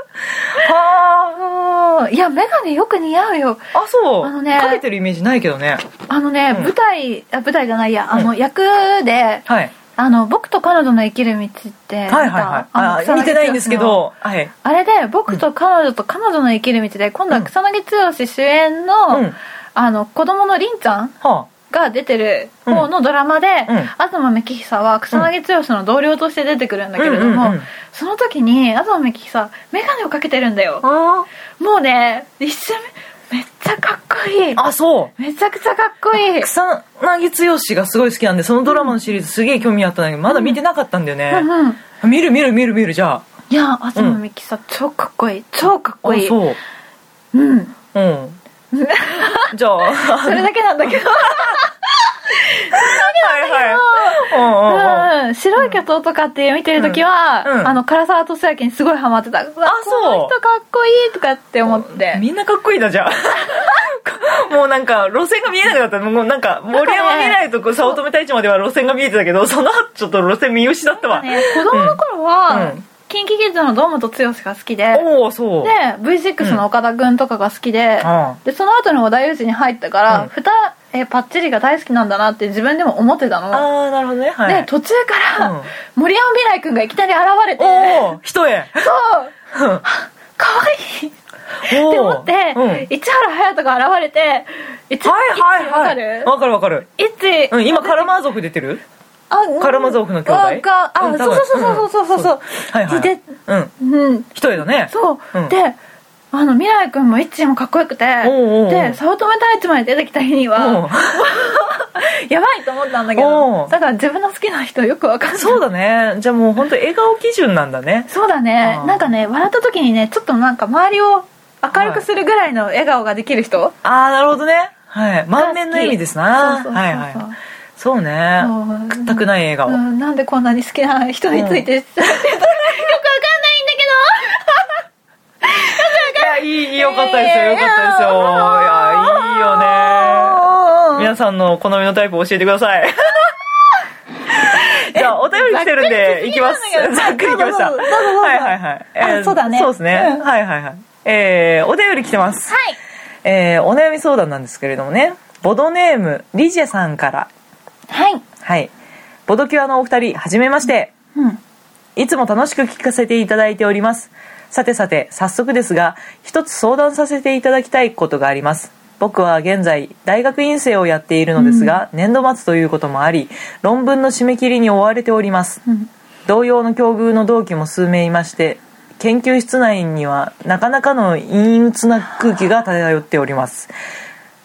Speaker 2: は
Speaker 4: あーいやメガネよく似合うよ
Speaker 2: あ。あ、そう。
Speaker 4: あのね
Speaker 2: かけてるイメージないけどね。
Speaker 4: あのね、
Speaker 2: うん
Speaker 4: 舞台あ舞台じゃないやあの、
Speaker 2: う
Speaker 4: 役で
Speaker 2: はい。
Speaker 4: あの「僕と彼女の生きる道」って見た
Speaker 2: はいはいはい。
Speaker 4: あの
Speaker 2: あ
Speaker 4: 草、
Speaker 2: 似
Speaker 4: 剛
Speaker 2: て
Speaker 4: の
Speaker 2: ないんですけど。はい。
Speaker 4: あれで僕と彼女と彼女の生きる道で今度は草薙剛主演の,、
Speaker 2: うん
Speaker 4: あの子供のりんちゃん
Speaker 2: は
Speaker 4: が出てる方のドラマで、
Speaker 2: うん
Speaker 4: 東幹久は草薙剛の同僚として出てくるんだけれども、
Speaker 2: うんうんうん
Speaker 4: その時に東幹久眼鏡をかけてるんだよ、
Speaker 2: あ。
Speaker 4: もうね一瞬めっちゃかっこいい
Speaker 2: あ、そう。
Speaker 4: めちゃくちゃかっこいい
Speaker 2: 草薙剛がすごい好きなんで、そのドラマのシリーズすげえ興味あったんだけど、まだ見てなかったんだよね。
Speaker 4: うんうん
Speaker 2: 見る見る見る見る、じゃあ。
Speaker 4: いや東幹久超かっこいい超かっこ
Speaker 2: あ、
Speaker 4: いい
Speaker 2: そう。
Speaker 4: うん
Speaker 2: うん。じゃあ。
Speaker 4: それだけなんだけど
Speaker 2: はいはい。うんうんうん。
Speaker 4: うん、白い巨塔とかって見てる時は、
Speaker 2: うんうん
Speaker 4: あの唐沢俊明にすごいハマってたあそうこ
Speaker 2: そう
Speaker 4: の人かっこいいとかって思って
Speaker 2: みんなかっこいいなじゃあ。もうなんか路線が見えなくなったもうなんか森山未来とこう早乙女太一までは路線が見えてたけどその後ちょっと路線見失ったわ、
Speaker 4: ね子供の頃は、
Speaker 2: うん
Speaker 4: KinKiKids の堂本剛が好きで
Speaker 2: おおそう、
Speaker 4: で V6 の岡田君とかが好きで、
Speaker 2: うん
Speaker 4: でその後の織田裕二に入ったから、
Speaker 2: うん
Speaker 4: ふたえーパッチリが大好きなんだなって自分でも思ってたの
Speaker 2: ああなるほどねはい
Speaker 4: で途中から、
Speaker 2: うん
Speaker 4: 森山未来君がいきなり現れて
Speaker 2: おお 一重
Speaker 4: そう
Speaker 2: う
Speaker 4: か
Speaker 2: ん
Speaker 4: わいい
Speaker 2: おー
Speaker 4: って思って、
Speaker 2: うん
Speaker 4: 市原隼人が現れて市
Speaker 2: はいはいはい
Speaker 4: わ
Speaker 2: わかるわかる
Speaker 4: かる
Speaker 2: うん今カラマー族出てる
Speaker 4: あうん
Speaker 2: カラマゾーフの兄
Speaker 4: なん
Speaker 2: 弟
Speaker 4: かあ
Speaker 2: ん多
Speaker 4: そう
Speaker 2: 分
Speaker 4: そうそうそうそうそう
Speaker 2: はいはい
Speaker 4: で
Speaker 2: うん
Speaker 4: うん
Speaker 2: 一人だね
Speaker 4: そう、
Speaker 2: うん
Speaker 4: であの未来君もイッチーもかっこよくて
Speaker 2: おうおう
Speaker 4: で早乙女太一まで出てきた日に
Speaker 2: うん
Speaker 4: はやばいと思ったんだけど
Speaker 2: おう
Speaker 4: だから自分の好きな人よくわかんない
Speaker 2: そうだねじゃあもう本当笑顔基準なんだね
Speaker 4: そうだね
Speaker 2: あー
Speaker 4: なんかね笑った時にねちょっとなんか周りを明るくするぐらいの笑顔ができる人、
Speaker 2: ああなるほどねはい満面の意味です
Speaker 4: そう
Speaker 2: な
Speaker 4: そうそうそう
Speaker 2: はいはいそうね
Speaker 4: そう
Speaker 2: くったくない笑顔、
Speaker 4: うん、なんでこんなに好きな人について、よくわかんないんだけど
Speaker 2: いやいいよかったですよよかったですよいやいいよね皆さんの好みのタイプを教えてくだ さいじゃあお便り来てるんで行きますざっくり行きました
Speaker 4: どうぞどうぞどうぞどうぞ
Speaker 2: はいはいはい、
Speaker 4: あそうだね
Speaker 2: そうですね、
Speaker 4: うん
Speaker 2: はいはいはいえー、お便り来てます
Speaker 4: はい
Speaker 2: えーお悩み相談なんですけれどもねボドネームリジェさんから
Speaker 4: はい、
Speaker 2: はいボドキュアのお二人はじめまして
Speaker 4: うん、
Speaker 2: いつも楽しく聞かせていただいておりますさてさて早速ですが一つ相談させていただきたいことがあります僕は現在大学院生をやっているのですが、年度末ということもあり論文の締め切りに追われております、
Speaker 4: ん
Speaker 2: 同様の境遇の同期も数名いまして研究室内にはなかなかの陰鬱な空気が漂っております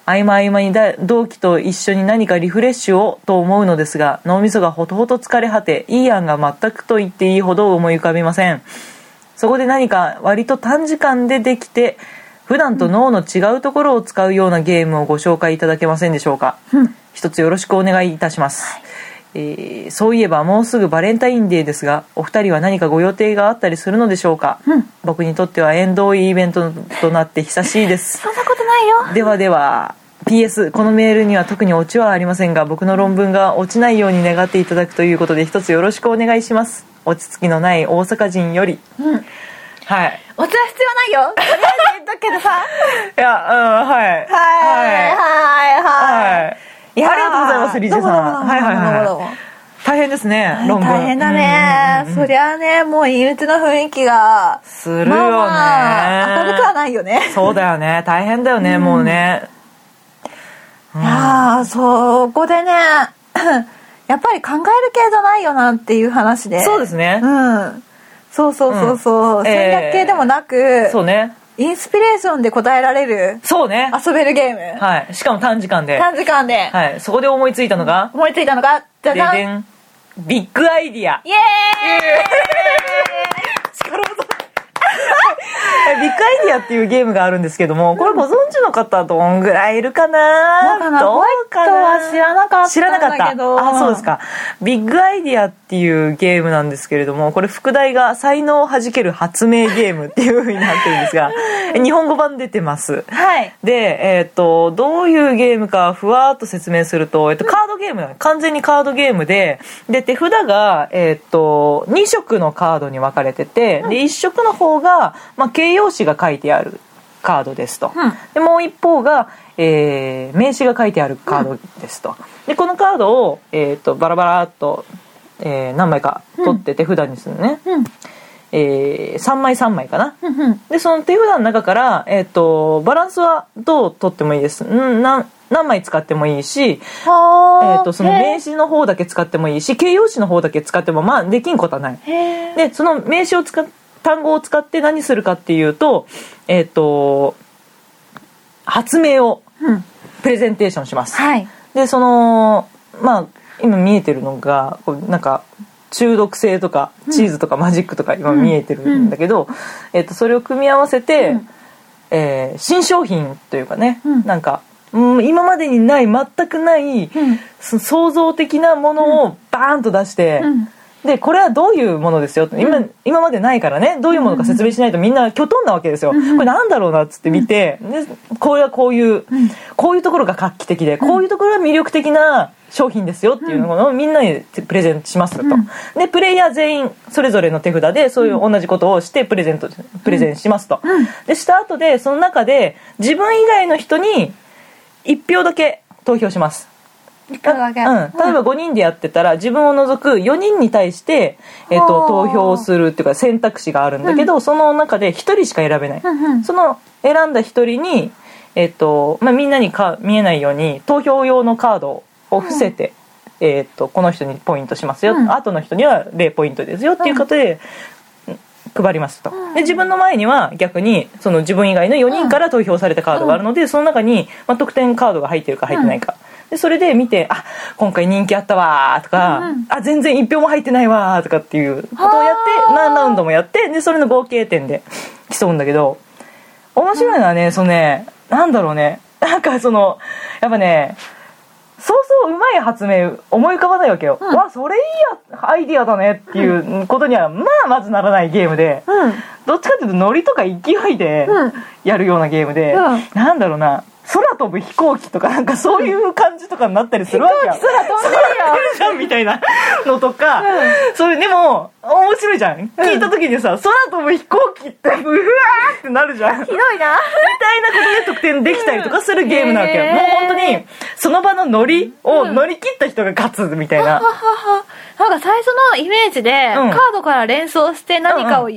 Speaker 2: 合間合間にだ同期と一緒に何かリフレッシュをと思うのですが脳みそがほとほと疲れ果ていい案が全くと言っていいほど思い浮かびませんそこで何か割と短時間でできて普段と脳の違うところを使うようなゲームをご紹介いただけませんでしょうか、一つよろしくお願いいたします、えーそういえばもうすぐバレンタインデーですがお二人は何かご予定があったりするのでしょうか、僕にとっては縁遠いイベントとなって久しいです
Speaker 4: そんなことないよ
Speaker 2: ではでは PS このメールには特にオチはありませんが僕の論文が落ちないように願っていただくということで一つよろしくお願いします落ち着きのない大阪人より、はい
Speaker 4: お茶は必要ないよとりあえず言っとくけ どさ
Speaker 2: いやうんはい
Speaker 4: はい
Speaker 2: はい、
Speaker 4: はい
Speaker 2: いやありがとうございますリジェさんはいはいはい
Speaker 4: どうもどうもどうもどうもどうも
Speaker 2: 大変ですね、論文
Speaker 4: 大変だね、そりゃあねもう陰鬱な雰囲気が
Speaker 2: するよね
Speaker 4: まあまあ明るくはないよね
Speaker 2: そうだよね大変だよね、もうね
Speaker 4: いやーそこでね やっぱり考える系じゃないよなっていう話で
Speaker 2: そうですね、
Speaker 4: うんそうそうそうそう、
Speaker 2: うん
Speaker 4: 戦略系でもなく、
Speaker 2: そうね
Speaker 4: インスピレーションで答えられる
Speaker 2: そうね
Speaker 4: 遊べるゲーム、
Speaker 2: はいしかも短時間で、
Speaker 4: 短時間で
Speaker 2: はい、そこで思いついたのが、
Speaker 4: 思いついたのがじゃ
Speaker 2: で
Speaker 4: じゃんイ
Speaker 2: で
Speaker 4: エ
Speaker 2: んビッグアイディア
Speaker 4: ーイ
Speaker 2: 力技ビッグアイディアっていうゲームがあるんですけどもこれご存知の方どんぐらいいるか
Speaker 4: どう
Speaker 2: な
Speaker 4: かな
Speaker 2: ど
Speaker 4: ホ
Speaker 2: う
Speaker 4: ワイト
Speaker 2: かな
Speaker 4: は知らなかった
Speaker 2: 知らなかった
Speaker 4: んだけど
Speaker 2: あそうですかビッグアイディアっていうゲームなんですけれどもこれ副題が「才能をはじける発明ゲーム」っていうふうになってるんで すが日本語版出てます
Speaker 4: はい
Speaker 2: で、えっとどういうゲームかふわーっと説明すると、えっとカードゲームなの完全にカードゲームでで手札が、えっと2色のカードに分かれてて、で1色の方が、まあ、形容詞が書いてあるカードですと、
Speaker 4: うん
Speaker 2: でもう一方が、えー名詞が書いてあるカードですと、でこのカードを、えっとバラバラっと、えー何枚か取って手札にするのね、
Speaker 4: うん
Speaker 2: え3枚3枚かな、
Speaker 4: うんうん
Speaker 2: でその手札の中から、えっとバランスはどう取ってもいいですんなん何枚使ってもいいし、え
Speaker 4: は
Speaker 2: っとその名詞の方だけ使ってもいいし形容詞の方だけ使ってもまあできんことはない
Speaker 4: へー
Speaker 2: でその名詞を使っ単語を使って何するかっていうと,、えっと発明を
Speaker 4: うん
Speaker 2: プレゼンテーションします、
Speaker 4: はい
Speaker 2: でそのまあ今見えてるのがこうなんか中毒性とかチーズとかマジックとか今見えてるんだけど、えっとそれを組み合わせて、
Speaker 4: うん
Speaker 2: えー新商品というかね、
Speaker 4: うん
Speaker 2: なんか、うん、今までにない全くない、
Speaker 4: うん
Speaker 2: そ創造的なものをバーンと出して、
Speaker 4: うん
Speaker 2: でこれはどういうものですよって今,、今までないからねどういうものか説明しないとみんなきょとんなわけですよ、これなんだろうなっつって見て、でこれはこういう、こういうところが画期的でこういうところが魅力的な商品ですよっていうのをみんなにプレゼントしますと、
Speaker 4: ん
Speaker 2: でプレイヤー全員それぞれの手札でそういう同じことをしてプレゼントプレゼンしますと、でした後でその中で自分以外の人に1票だけ投票します
Speaker 4: いかが
Speaker 2: うん、例えば5人でやってたら自分を除く4人に対して、えっと
Speaker 4: あー
Speaker 2: 投票するっていうか選択肢があるんだけど、その中で1人しか選べない、
Speaker 4: うんうん
Speaker 2: その選んだ1人に、えっとまあ、みんなにか見えないように投票用のカードを伏せて、えーっとこの人にポイントしますよ、
Speaker 4: うん
Speaker 2: 後の人には0ポイントですよっていうことで、配りますと、で自分の前には逆にその自分以外の4人から投票されたカードがあるので、その中に、まあ、得点カードが入ってるか入ってないか、でそれで見て「あ今回人気あったわ」とか、
Speaker 4: うん
Speaker 2: あ全然1票も入ってないわ」とかっていうことをやって何ラウンドもやってでそれの合計点で競うんだけど面白いのはね、そのねなんだろうねなんかそのやっぱねそうそううまい発明思い浮かばないわけよ、
Speaker 4: うん
Speaker 2: わそれいいやアイディアだねっていうことにはまあまずならないゲームで、
Speaker 4: うん
Speaker 2: どっちかっていうとノリとか勢いで
Speaker 4: うん
Speaker 2: やるようなゲームで、
Speaker 4: うん
Speaker 2: なんだろうな空飛ぶ飛行機とかなんかそういう感じとかになったりするわけよ
Speaker 4: 飛行機空飛んでるよ
Speaker 2: じゃんみたいな のとか、
Speaker 4: う
Speaker 2: それでも面白いじゃん聞いた時にさ、空飛ぶ飛行機ってうわーってなるじゃん
Speaker 4: ひどいな
Speaker 2: みたいなことで得点できたりとかするゲームなわけよ、
Speaker 4: うんへー
Speaker 2: もう本当にその場のノリを乗り切った人が勝つみたい
Speaker 4: な
Speaker 2: な、
Speaker 4: んか最初のイメージで、
Speaker 2: うん
Speaker 4: カードから連想して何かを、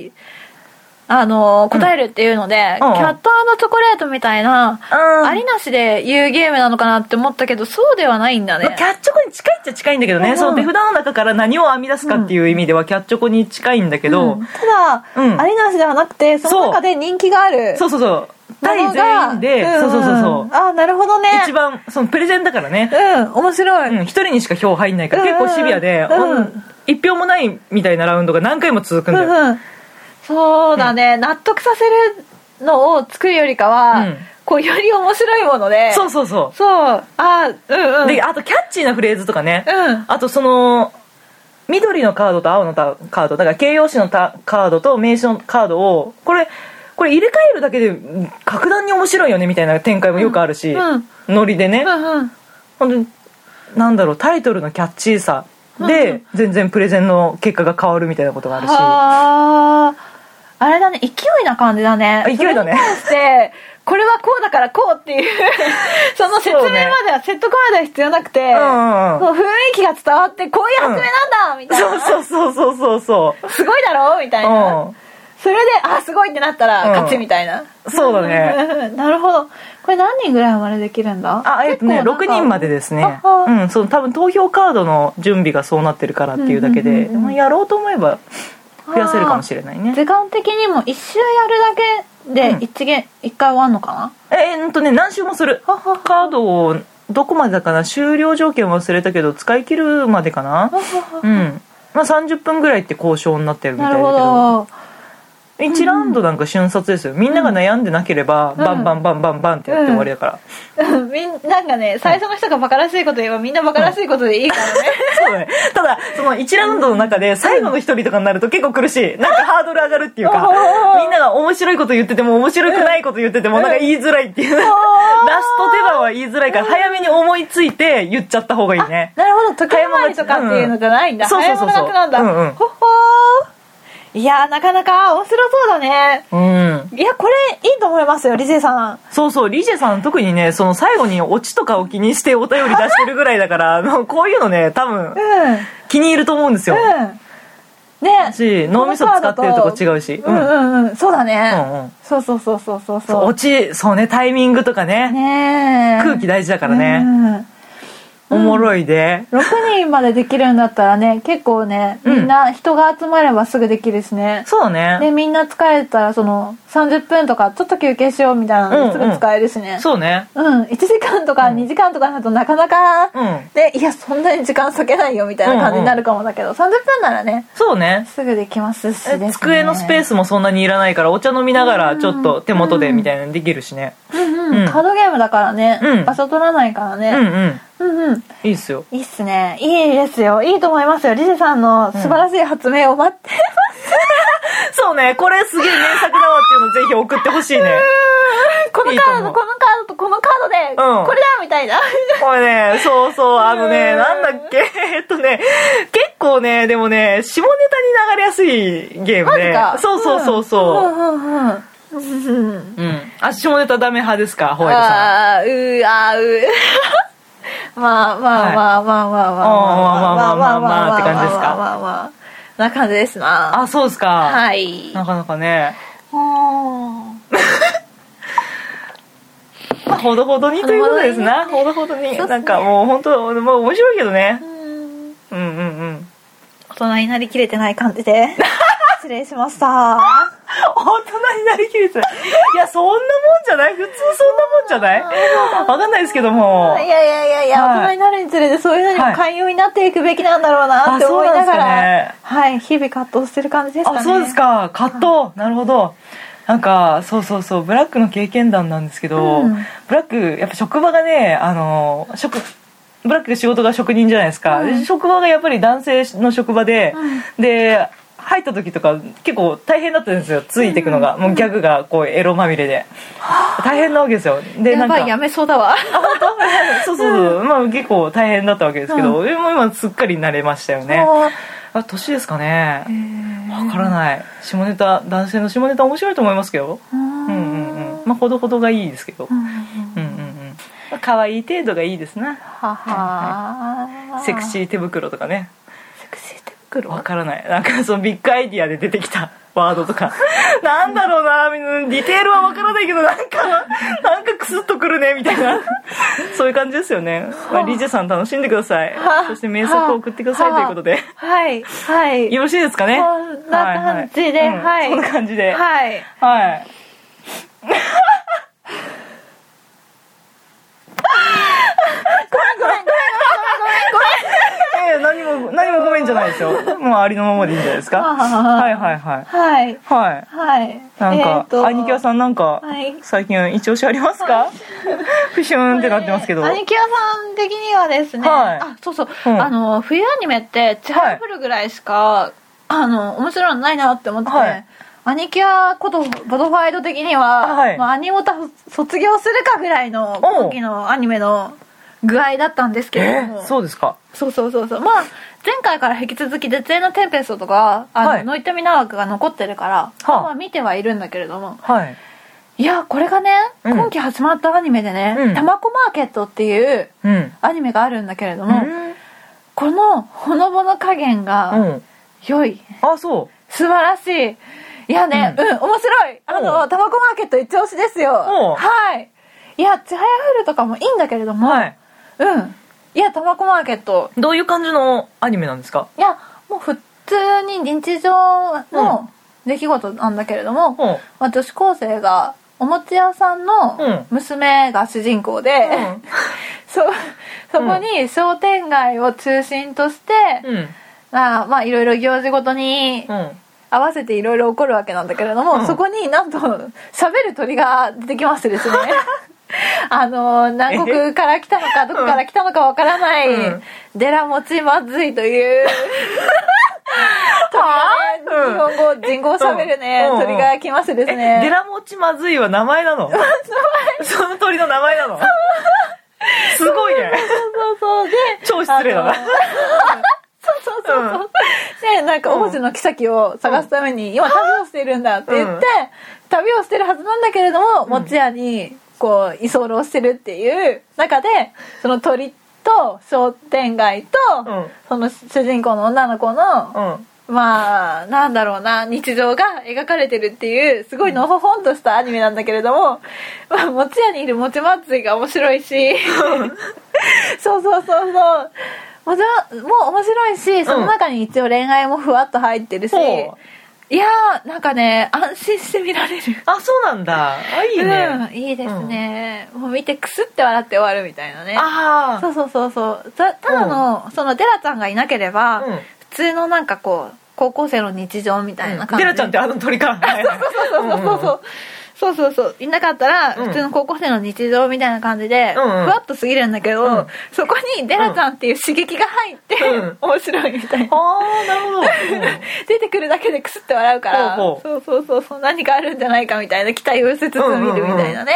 Speaker 4: あのー答えるっていうので、
Speaker 2: うんうん
Speaker 4: キャットチョコレートみたいな、
Speaker 2: うん
Speaker 4: ありなしで言うゲームなのかなって思ったけどそうではないんだね
Speaker 2: まあ、キャッチョコに近いっちゃ近いんだけどね、
Speaker 4: うん
Speaker 2: その手札の中から何を編み出すかっていう意味ではキャッチョコに近いんだけ
Speaker 4: う
Speaker 2: ど、
Speaker 4: んただ、
Speaker 2: うん
Speaker 4: ありなしではなくてその
Speaker 2: そう
Speaker 4: 中で人気がある
Speaker 2: そうそうそう
Speaker 4: も
Speaker 2: 対
Speaker 4: のが
Speaker 2: 全員で、
Speaker 4: ん
Speaker 2: そうそうそうそう、
Speaker 4: あーなるほどね
Speaker 2: 一番そのプレゼンだからね
Speaker 4: うん面白い、
Speaker 2: うん、1人にしか票入んないから
Speaker 4: うん
Speaker 2: 結構シビアで、
Speaker 4: うん
Speaker 2: 1票もないみたいなラウンドが何回も続くんだよ、
Speaker 4: うんうんそうだね、納得させるのを作るよりかは、
Speaker 2: うん
Speaker 4: こうより面白いもので
Speaker 2: そうそうそう
Speaker 4: そうあーうんうん
Speaker 2: であとキャッチーなフレーズとかね、
Speaker 4: うん
Speaker 2: あとその緑のカードと青のたカードだから形容詞のたカードと名詞のカードをこれこれ入れ替えるだけでうん格段に面白いよねみたいな展開もよくあるし、
Speaker 4: うん
Speaker 2: ノリでね、
Speaker 4: うんうん
Speaker 2: 本当になんだろうタイトルのキャッチーさ
Speaker 4: う
Speaker 2: で全然プレゼンの結果が変わるみたいなことがあるし
Speaker 4: はああれだね勢いな感じだね
Speaker 2: あ勢いだ
Speaker 4: それ
Speaker 2: ね
Speaker 4: に関してこれはこうだからこうって いうその説明
Speaker 2: そ
Speaker 4: ま
Speaker 2: うね
Speaker 4: では説得までは必要なくて、
Speaker 2: うんうん
Speaker 4: もう雰囲気が伝わってこういう発明なんだ、みたいな
Speaker 2: そうそうそうそうそうそ
Speaker 4: すごいだろうみたいな、
Speaker 2: ううん
Speaker 4: それであすごいってなったら
Speaker 2: うん
Speaker 4: 勝ちみたいな、
Speaker 2: そうだ ね
Speaker 4: なるほどこれ何人ぐらいまでできるんだ
Speaker 2: あえっとね
Speaker 4: 結構なんか
Speaker 2: 6人までですね
Speaker 4: ああ
Speaker 2: うんその多分投票カードの準備がそうなってるからっていうだけ
Speaker 4: うんうん
Speaker 2: で、
Speaker 4: うんうん
Speaker 2: まあやろうと思えば増やせるかもしれないね
Speaker 4: 時間的にも1周やるだけで1ゲ、一回終わんのかな
Speaker 2: えー、っとね何周もする
Speaker 4: ははは
Speaker 2: カードをどこまでだかな終了条件忘れたけど使い切るまでかなうんまあ30分ぐらいって交渉になってるみた
Speaker 4: ない
Speaker 2: だ
Speaker 4: る
Speaker 2: け
Speaker 4: ほ
Speaker 2: ど
Speaker 4: ど
Speaker 2: 1ラウンドなんか瞬殺ですよみんなが悩んでなければ、バンバンバンバンバンってやって終わりだから、
Speaker 4: うん みんなんかね最初の人がバカらしいこと言えばみんなバカらしいことでいい からね、
Speaker 2: そうだねただその1ラウンドの中で最後の1人とかになると結構苦しいなんかハードル上がるっていうか
Speaker 4: うん
Speaker 2: みんなが面白いこと言ってても面白くないこと言っててもなんか言いづらいっていうラスト手番は言いづらいから早めに思いついて言っちゃった方がいいね
Speaker 4: なるほど時計回りとかっていうのじゃないんだ、
Speaker 2: うんそうそ
Speaker 4: 早
Speaker 2: うそうそう
Speaker 4: 物楽なんだ、
Speaker 2: うんうん
Speaker 4: ほっほーいやーなかなか面白そうだね
Speaker 2: うん
Speaker 4: いやこれいいと思いますよリゼさん
Speaker 2: そうそうリジェさん特にねその最後にオチとかを気にしてお便り出してるぐらいだからあのこういうのね多分
Speaker 4: うんうん
Speaker 2: 気に入ると思うんですよ、
Speaker 4: ね
Speaker 2: し脳みそ使ってるとこ違うし
Speaker 4: うんうんうんそうだね、
Speaker 2: うんうん
Speaker 4: そうそうそうそうそう
Speaker 2: そう
Speaker 4: そ
Speaker 2: オチそうねタイミングとかね
Speaker 4: うねえ
Speaker 2: 空気大事だからね、
Speaker 4: うん
Speaker 2: おもろいで、
Speaker 4: 6人までできるんだったらね結構ね
Speaker 2: うん
Speaker 4: みんな人が集まればすぐできるしね、
Speaker 2: そうだ
Speaker 4: で
Speaker 2: ね
Speaker 4: みんな疲れたらその30分とかちょっと休憩しようみたいなのです
Speaker 2: うん
Speaker 4: ぐ
Speaker 2: うん
Speaker 4: 使えるしね、
Speaker 2: そうね
Speaker 4: うん1時間とか2時間とかだとなかなか、
Speaker 2: うん
Speaker 4: でいやそんなに時間割けないよみたいな感じになるかもだけど、30分ならね
Speaker 2: そうね
Speaker 4: すぐできますしで
Speaker 2: え
Speaker 4: す、ね、
Speaker 2: 机のスペースもそんなにいらないからお茶飲みながらちょっと手元でみたいなのできるしね
Speaker 4: うんう
Speaker 2: う
Speaker 4: んん、カードゲームだからね、
Speaker 2: うん
Speaker 4: 場所取らないから
Speaker 2: うんう
Speaker 4: ね、
Speaker 2: ん
Speaker 4: うん、うん
Speaker 2: いいっすよ
Speaker 4: いいっすねいいですよいいと思いますよリゼさんの素晴らしい発明を待って
Speaker 2: そうねこれすげえ名作だわっていうのぜひ送ってほしいね
Speaker 4: この
Speaker 2: いいと
Speaker 4: カー
Speaker 2: 思う
Speaker 4: ドこのカードとこのカードで、
Speaker 2: うん
Speaker 4: これだみたいな
Speaker 2: これねそうそうあのね
Speaker 4: うん
Speaker 2: なんだっけ えっとね結構ねでもね下ネタに流れやすいゲーム
Speaker 4: マジ
Speaker 2: で
Speaker 4: か
Speaker 2: そうそうそう
Speaker 4: う
Speaker 2: そ
Speaker 4: んうんうんうんうん
Speaker 2: う、うん、あ下ネタダメ派ですかホワイトさん
Speaker 4: ああうーあーうーまあまあまあまあまあまあまあまあまあ
Speaker 2: まあまあまあまあまあって感じですか
Speaker 4: まあまあまあな感じですな
Speaker 2: あそうですか
Speaker 4: はい
Speaker 2: なかなかね
Speaker 4: うん
Speaker 2: まあほどほどにということですな。ほどほどに。なんかもう本当、まあ面白いけどね。
Speaker 4: う
Speaker 2: うんうんうん
Speaker 4: 大人になりきれてない感じで失礼しました
Speaker 2: 大人になりきれてないいやそんなもんじゃない普通そんなもんじゃないわかんないですけども
Speaker 4: いやいやいやいや、
Speaker 2: はい
Speaker 4: 大人になるにつれてそういうのに
Speaker 2: は
Speaker 4: も
Speaker 2: い
Speaker 4: 寛容になっていくべきなんだろうなって
Speaker 2: あそ
Speaker 4: 思
Speaker 2: う
Speaker 4: い
Speaker 2: な
Speaker 4: な
Speaker 2: んです
Speaker 4: が
Speaker 2: かね
Speaker 4: ら、はい日々葛藤してる感じですかね
Speaker 2: あそうですか葛藤、なるほどなんかそうそうそうブラックの経験談なんですけど、
Speaker 4: うん
Speaker 2: ブラックやっぱ職場がねあの職ブラック仕事が職人じゃないですか、
Speaker 4: うん
Speaker 2: で職場がやっぱり男性の職場で、で入った時とか結構大変だったんですよついてくのが、もうギャグがこうエロまみれで大変なわけですよで
Speaker 4: や
Speaker 2: なんか
Speaker 4: ばいやめそうだわ
Speaker 2: そうそうそう、まあ結構大変だったわけですけど、でも今すっかり慣れましたよね
Speaker 4: もう
Speaker 2: あ年ですかねわからない下ネタ男性の下ネタ面白いと思いますけどうんうんうんまあほどほどがいいですけどうんうんうんまあ可愛い程度がいいですな
Speaker 4: はは
Speaker 2: セクシー手袋とかね
Speaker 4: セクシー手
Speaker 2: わ
Speaker 4: 袋
Speaker 2: からないなんかそのビッグアイディアで出てきたワード とかなんだろうなみんなディテールはわからないけどなんかなんかクスッとくるねみたいなそういう感じですよね、まあ、リジェさん楽しんでください
Speaker 4: はあ
Speaker 2: そして名作を送ってください
Speaker 4: はあ
Speaker 2: ということで
Speaker 4: はいはい
Speaker 2: よろしいですかね
Speaker 4: そんな感じで
Speaker 2: はい
Speaker 4: はい
Speaker 2: はいうんそんな感じで
Speaker 4: はい
Speaker 2: はい。いやいや何も何もごめんじゃないですよ。もうありのままでいいんじゃないですか。
Speaker 4: あー
Speaker 2: はいはいはい
Speaker 4: はい
Speaker 2: はい。
Speaker 4: はい
Speaker 2: なんか、
Speaker 4: えーと
Speaker 2: 兄貴はさんなんか、
Speaker 4: はい
Speaker 2: 最近一押しありますか？ふしゅんってなってますけど。
Speaker 4: 兄貴屋さん的にはですね、
Speaker 2: はい
Speaker 4: あそうそう、
Speaker 2: うん
Speaker 4: あの冬アニメってちはやふるぐらいしか、あの面白いのないなって思ってて、
Speaker 2: はい
Speaker 4: 兄貴屋ことボドファイド的には、
Speaker 2: はい
Speaker 4: まあ、アニオタ卒業するかぐらいの
Speaker 2: おう
Speaker 4: 今期のアニメの具合だったんですけれ
Speaker 2: え
Speaker 4: ども、
Speaker 2: ー、そうですか。
Speaker 4: そうそうそうそうまあ前回から引き続き「絶縁のテンペスト」とか「あの
Speaker 2: はい
Speaker 4: ノイタミナワーク」が残ってるから、
Speaker 2: はあ
Speaker 4: まあ見てはいるんだけれども
Speaker 2: はい。
Speaker 4: いやこれがね、
Speaker 2: うん
Speaker 4: 今期始まったアニメでね
Speaker 2: う
Speaker 4: 「
Speaker 2: ん
Speaker 4: たまこマーケット」っていう
Speaker 2: うん。
Speaker 4: アニメがあるんだけれど
Speaker 2: う
Speaker 4: も、
Speaker 2: ん。
Speaker 4: このほのぼの加減が
Speaker 2: うん。
Speaker 4: 良い
Speaker 2: あ、そ
Speaker 4: 素晴らしいいやね
Speaker 2: う
Speaker 4: うん、面白いあ
Speaker 2: お
Speaker 4: の
Speaker 2: う
Speaker 4: タバコマーケット一押しですよ
Speaker 2: おう
Speaker 4: はいいやちはやふるとかもいいんだけれど
Speaker 2: う。
Speaker 4: も、
Speaker 2: はい。
Speaker 4: うんいやタバコマーケット
Speaker 2: どういう感じのアニメなんですか？
Speaker 4: いやもう普通に日常の出来事なんだけれども、
Speaker 2: うん。
Speaker 4: まあ、女子高生がおもちゃ屋さん
Speaker 2: うん
Speaker 4: の娘が主人公で、
Speaker 2: うん。
Speaker 4: そそこに商店街を中心として、
Speaker 2: うん。
Speaker 4: まあまあいろいろ行事ごとに
Speaker 2: うん。
Speaker 4: 合わせていろいろ起こるわけなんだけれども、
Speaker 2: うん
Speaker 4: そこになんと喋る鳥が出てきましてですね あの南国から来たのかどこから来たのかわからない、
Speaker 2: うん
Speaker 4: デラモチマズイという鳥がね、
Speaker 2: はあ
Speaker 4: 日本語人語を喋るね、
Speaker 2: うん
Speaker 4: 鳥が来ましてです
Speaker 2: え、デ
Speaker 4: ね
Speaker 2: ラモチまずいは名前なのその鳥の名前なのすごいね。
Speaker 4: そうそうそうで
Speaker 2: 超失礼だな
Speaker 4: あのそうそうそうそう、でなんか王子の妃を探すために、今旅をしているんだって言って、
Speaker 2: うん
Speaker 4: 旅をしてるはずなんだけれども持ち屋にこう居候してるっていう中でその鳥と商店街と、
Speaker 2: うん
Speaker 4: その主人公の女の子の、
Speaker 2: うん。
Speaker 4: まあなんだろうな日常が描かれてるっていうすごいのほほんとしたアニメなんだけれども、まあ、持ち屋にいるもちまついが面白いし そうそうそうそうもちろんもう面白いしその中に一応恋愛もふわっと入ってるし、
Speaker 2: ほ
Speaker 4: いやーなんかね安心して見られる
Speaker 2: あ、そうなんだ。あ、いいね。
Speaker 4: うん、いいですね、もう見てクスって笑って終わるみたいなね
Speaker 2: あ
Speaker 4: そうそうそうそうたただの、そのデラちゃんがいなければ、
Speaker 2: うん
Speaker 4: 普通のなんかこう高校生の日常みたいな
Speaker 2: あ。
Speaker 4: 感
Speaker 2: デ
Speaker 4: じ、
Speaker 2: ラちゃんってあの鳥か。はい
Speaker 4: そうそうそうそうそうそうそういなかったら
Speaker 2: うん
Speaker 4: 普通の高校生の日常みたいな感じで、
Speaker 2: うんうん
Speaker 4: ふわっと過ぎるんだけど、
Speaker 2: うん
Speaker 4: そこにデラちゃんっていう刺激が入って、
Speaker 2: うん
Speaker 4: 面白いみたいな、
Speaker 2: あー、なるほど。
Speaker 4: 出てくるだけでクスって笑うから
Speaker 2: ほう
Speaker 4: そうそうそうそう何かあるんじゃないかみたいな期待を寄せつつ見るみたいなね、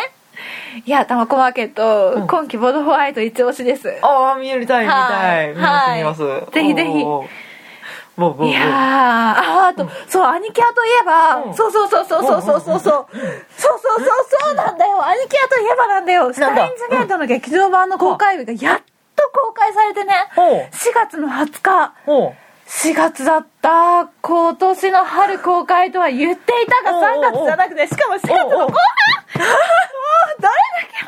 Speaker 4: いやタマコマーケット、
Speaker 2: うん
Speaker 4: 今季ボードホワイト一押しです
Speaker 2: ああー、見えるたい、見たい。見
Speaker 4: はい
Speaker 2: ます、見ます。
Speaker 4: ぜひぜひ
Speaker 2: おー。ぼうぼうぼう
Speaker 4: いやーああと、そうアニキアといえば、
Speaker 2: うん
Speaker 4: そうそうそうそうそうそうそうそうそうそうそうそうなんだよアニキアといえばなんだよスタインズゲートの劇場版の公開日がやっと公開されてね
Speaker 2: おう
Speaker 4: 4月の20日
Speaker 2: おう
Speaker 4: 4月だった今年の春公開とは言っていたが3月じゃなくてしかも4月の
Speaker 2: おうおう
Speaker 4: 後半もうどれだけ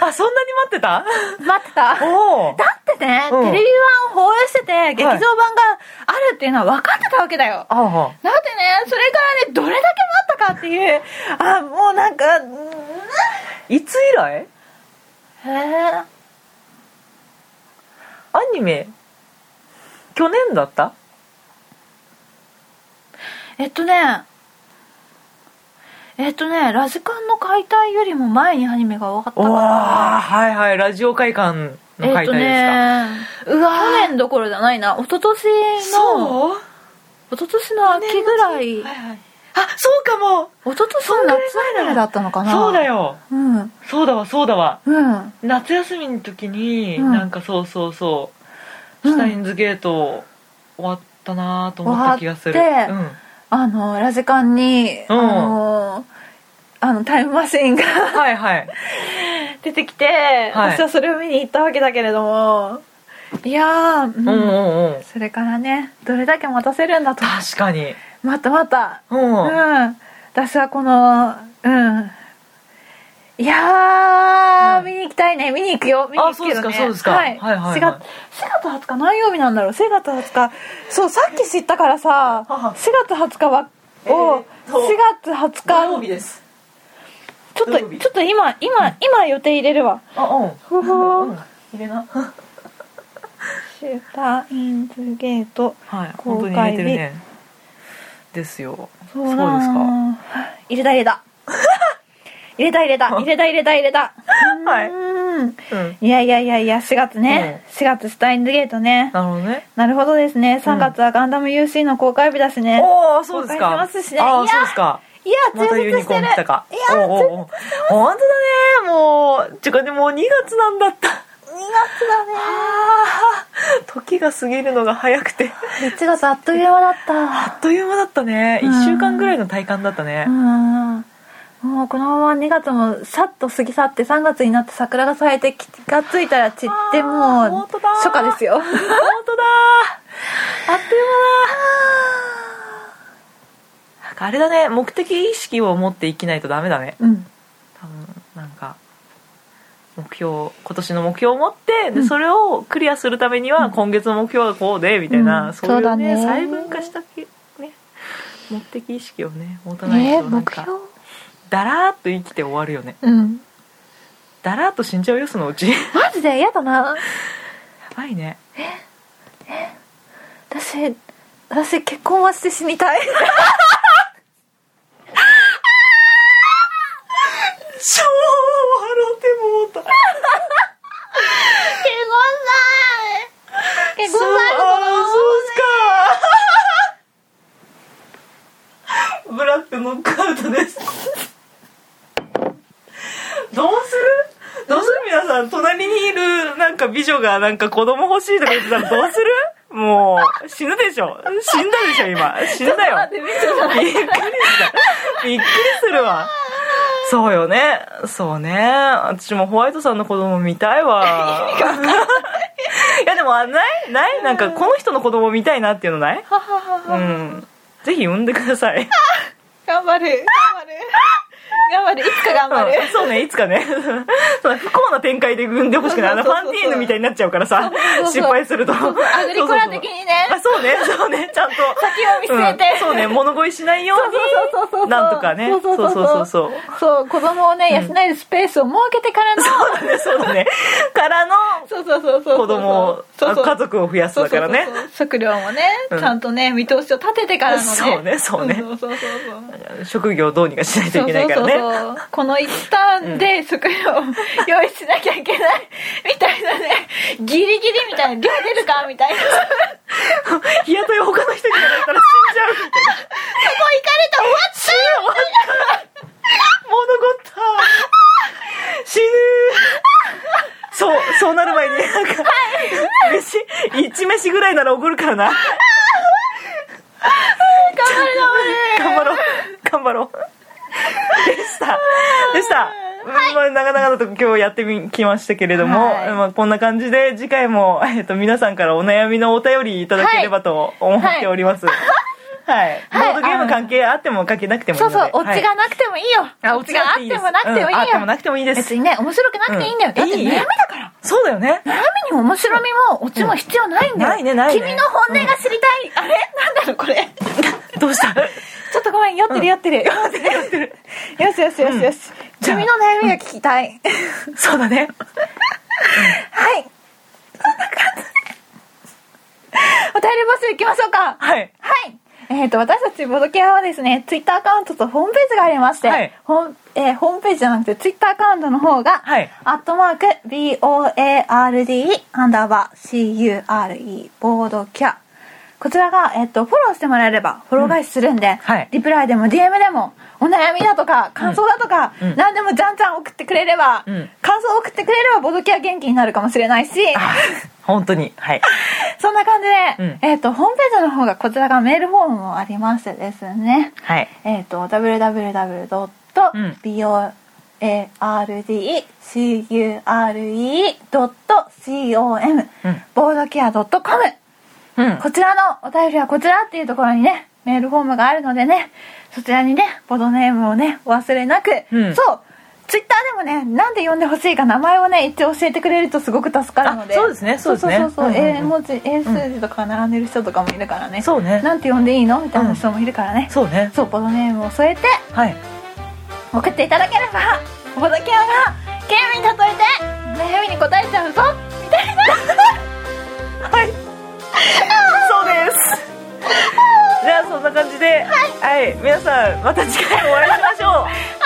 Speaker 2: あ、そんなに待ってた
Speaker 4: 待ってた
Speaker 2: おお
Speaker 4: だっててね、
Speaker 2: うん
Speaker 4: テレビ版を放映してて劇場版があるっていうのは分かってたわけだよ、
Speaker 2: ああ
Speaker 4: だってねそれからねどれだけ待ったかっていうあもうなんかうん
Speaker 2: いつ以来
Speaker 4: へえ
Speaker 2: アニメ去年だった
Speaker 4: えっとねえっとねラジカンの解体よりも前にアニメが多かった
Speaker 2: お
Speaker 4: か
Speaker 2: ー
Speaker 4: ら
Speaker 2: はいはいラジオ会館の
Speaker 4: えっ
Speaker 2: 解体です
Speaker 4: と
Speaker 2: か、
Speaker 4: ねうわ去年どころじゃないな一昨年の
Speaker 2: そう
Speaker 4: 一昨年の秋ぐらい一
Speaker 2: はいはいあそうかも
Speaker 4: 昨年の夏アニメだったのかな
Speaker 2: そうだよ
Speaker 4: うん
Speaker 2: そうだわそうだわ
Speaker 4: うん
Speaker 2: 夏休みの時に、
Speaker 4: うん
Speaker 2: なんかそうそうそう
Speaker 4: うん
Speaker 2: シュタインズゲート終わったなと思った気がする
Speaker 4: 終わってあのラジカンに、
Speaker 2: うん
Speaker 4: あのあのタイムマシーンが
Speaker 2: うん、はいはい
Speaker 4: 出てきて、
Speaker 2: はい
Speaker 4: 私はそれを見に行ったわけだけれどもいやー、う
Speaker 2: うんんうんうん
Speaker 4: それからねどれだけ待たせるんだと
Speaker 2: 確かに
Speaker 4: またまた
Speaker 2: うん、
Speaker 4: うん私はこのうんいやー、
Speaker 2: うん
Speaker 4: 見に行きたいね見に行くよ見に行くけど、ね、
Speaker 2: あそうですかそう
Speaker 4: は
Speaker 2: で
Speaker 4: い
Speaker 2: すかはいはいは
Speaker 4: 4
Speaker 2: い
Speaker 4: 月4月20日何曜日なんだろう4月20日そうさっき知ったからさ4
Speaker 2: は
Speaker 4: 月20日はを、
Speaker 2: えーそう
Speaker 4: 4月20日
Speaker 2: です
Speaker 4: ちょっ
Speaker 2: 土
Speaker 4: と
Speaker 2: 曜日
Speaker 4: ちょっと今今今予定入れるわ
Speaker 2: あうん
Speaker 4: ふふ
Speaker 2: 入れな
Speaker 4: シュタインズゲート
Speaker 2: はい
Speaker 4: 公
Speaker 2: 本当
Speaker 4: 開日
Speaker 2: に入れてるねですよそう
Speaker 4: だ
Speaker 2: ですか
Speaker 4: な入れた入れた入れた入れた入れた入れた入れた
Speaker 2: はいう
Speaker 4: うん
Speaker 2: うん
Speaker 4: いやいやいやいや4月ね、4月スタインズゲートね
Speaker 2: なるほどね
Speaker 4: なるほどですね3月はガンダム UC の公開日だしね、
Speaker 2: おおそうです
Speaker 4: 公開
Speaker 2: か
Speaker 4: してますしね
Speaker 2: あ
Speaker 4: いや
Speaker 2: あそうですか
Speaker 4: いや
Speaker 2: また
Speaker 4: 充
Speaker 2: ユ
Speaker 4: 実
Speaker 2: ニ
Speaker 4: し
Speaker 2: コ
Speaker 4: て
Speaker 2: ーン
Speaker 4: る
Speaker 2: 来たか
Speaker 4: いや
Speaker 2: おうおうおう本当だねもうちゅうかねもう2月なんだった
Speaker 4: 2月だ
Speaker 2: あー時が過ぎるのが早くて
Speaker 4: ね1月あっという間だっ
Speaker 2: あ
Speaker 4: た
Speaker 2: っという間だったね
Speaker 4: うん
Speaker 2: 1週間ぐらいの体感だったね
Speaker 4: うんもうこのまま2月もさっと過ぎ去って3月になって桜が咲いて気がついたら散ってもう
Speaker 2: あー本当だ
Speaker 4: 初夏ですよ
Speaker 2: 本当だあっという間だなんかあれだね目的意識を持って生きないとダメだね
Speaker 4: うん
Speaker 2: 多分なんか目標今年の目標を持ってで、
Speaker 4: うん
Speaker 2: それをクリアするためには今月の目標はこうでみたいな、
Speaker 4: うん
Speaker 2: そうい
Speaker 4: そうだ
Speaker 2: うね
Speaker 4: ね
Speaker 2: 細分化したけね目的意識をね持たない
Speaker 4: ね
Speaker 2: となん
Speaker 4: 目
Speaker 2: か、
Speaker 4: 標
Speaker 2: だらーっと生きて終わるよね
Speaker 4: うん
Speaker 2: だらーっと死んじゃうよその うちや
Speaker 4: マジでやだな
Speaker 2: ばいね
Speaker 4: 私私結婚はして死にたい
Speaker 2: 超笑ってもうた
Speaker 4: 結婚したい結婚
Speaker 2: そうあーそうっすかブラックノックアウトですどうするどうする皆さん隣にいるなんか美女がなんか子供欲しいとか言ってたらどうするもう死ぬでしょ死んだでしょ今死ぬだよびっくりしたびっくりするわそうよねそうね私もホワイトさんの子供見たいわ いやでもあないないなんかこの人の子供見たいなっていうのないうんぜひ産んでください
Speaker 4: 頑張る頑張る頑張るいつか頑張る
Speaker 2: うんそうねいつかね そう不幸な展開で産んでほしくないあのフ
Speaker 4: そうそう
Speaker 2: ァ
Speaker 4: そうそう
Speaker 2: ンティーヌみたいになっちゃうからさ
Speaker 4: そうそう
Speaker 2: 失敗すると
Speaker 4: アグリコラ的にね
Speaker 2: あ そうねそうねちゃんと
Speaker 4: 先を見据えて
Speaker 2: うんそうね物乞いしないように
Speaker 4: そうそうそうそうそう
Speaker 2: なんとかね
Speaker 4: そうそうそうそう
Speaker 2: そうそうそう
Speaker 4: そう子供をね養
Speaker 2: うん
Speaker 4: えるスペースを設けてからの
Speaker 2: そうだねそうだねからの
Speaker 4: そうそうそうそう
Speaker 2: 子供を
Speaker 4: そうそう
Speaker 2: あ家族を増やすだからね
Speaker 4: そうそうそう食料もね
Speaker 2: うん
Speaker 4: ちゃんとね見通しを立ててからのね
Speaker 2: そうねそうね
Speaker 4: そうそうそうそう
Speaker 2: 職業をどうにかしないと
Speaker 4: そ
Speaker 2: いうけないから
Speaker 4: そう
Speaker 2: ね
Speaker 4: そうそうこの一旦で食料を用意しなきゃいけない みたいなねギリギリみたいな量出るかみたいなそこ
Speaker 2: 日雇いを他の人にやられたら死んじゃうみたい
Speaker 4: 行
Speaker 2: な
Speaker 4: かれたら終わっちゃう
Speaker 2: 物事死ぬそうそうなる前になんか飯一飯ぐらいならおごるからな頑張ろう頑張ろうでしたでしたまあ、長々と今日やってみきましたけれども、
Speaker 4: はい
Speaker 2: まあ、こんな感じで次回も、えっと、皆さんからお悩みのお便りいただければと思っております。はいはい。ボ
Speaker 4: はい
Speaker 2: ードゲーム関係あっても関係なくてもいい
Speaker 4: そ
Speaker 2: の
Speaker 4: う
Speaker 2: で。
Speaker 4: そう、オ
Speaker 2: はい
Speaker 4: チがなくてもいいよ。
Speaker 2: あ
Speaker 4: オチがあってもなくてもいい
Speaker 2: うんあ
Speaker 4: よ
Speaker 2: っ。てもなくてもいいです
Speaker 4: 別。にね、面白くなくていいんだよ。
Speaker 2: うん
Speaker 4: だって悩みだから。
Speaker 2: そうだよね。
Speaker 4: 悩みに面白みもオチも必要ないんだよ。
Speaker 2: うんないねないね
Speaker 4: 君の本音が知りたい。あれなんだろう、これ。
Speaker 2: どうした
Speaker 4: ちょっとごめん、酔ってる酔ってる。酔ってる酔ってる。よしよしよしよし。
Speaker 2: じゃあ
Speaker 4: 君の悩みが聞きたい。
Speaker 2: そうだね。
Speaker 4: はい。そんな感じで。お便り募集行きましょうか。
Speaker 2: は
Speaker 4: は
Speaker 2: い。
Speaker 4: い。えっ、と、私たちボドキアはですね、ツイッターアカウントとホームページがありまして、
Speaker 2: はい
Speaker 4: ほんえーホームページじゃなくてツイッターアカウントの方が、
Speaker 2: はい
Speaker 4: アットマーク、BOARD、アンダーバー、CURE、ボードキャ。こちらが、えっ、と、フォローしてもらえれば、フォロー返しするんで、
Speaker 2: はい
Speaker 4: リプライでも DM でも、お悩みだとか、感想だとか、
Speaker 2: うん
Speaker 4: 何でもじゃんじゃん送ってくれれば、
Speaker 2: うん
Speaker 4: 感想を送ってくれれば、ボドキア元気になるかもしれないし、
Speaker 2: あ本当に。はい。
Speaker 4: そんな感じで、
Speaker 2: うん
Speaker 4: えっ、と、ホームページの方がこちらがメールフォームもありましてですね、
Speaker 2: はい。
Speaker 4: えっ、と、
Speaker 2: うん
Speaker 4: www.boardcure.com、
Speaker 2: うん
Speaker 4: ボードケア .com、
Speaker 2: うん。
Speaker 4: こちらのお便りはこちらっていうところにね、メールフォームがあるのでね、そちらにね、ボドネームをね、お忘れなく、
Speaker 2: うん
Speaker 4: そう、ツイッターでもね、なんで呼んでほしいか名前をね、一応教えてくれるとすごく助かるので。
Speaker 2: あそうですねそうですね
Speaker 4: そうそうそう、
Speaker 2: うんうんうん
Speaker 4: A 文字、A 数字とか並んでる人とかもいるからね。
Speaker 2: そうね。
Speaker 4: なんて呼んでいいのみたいな人もいるからね。
Speaker 2: そうね。
Speaker 4: そう、ボドネームを添えて
Speaker 2: はい。
Speaker 4: 送っていただければ、ボドケアがゲームに例えて、悩みに答えちゃうぞみたいな。
Speaker 2: そうです。じゃあそんな感じで、はい、皆さんまた次回お会いしましょう。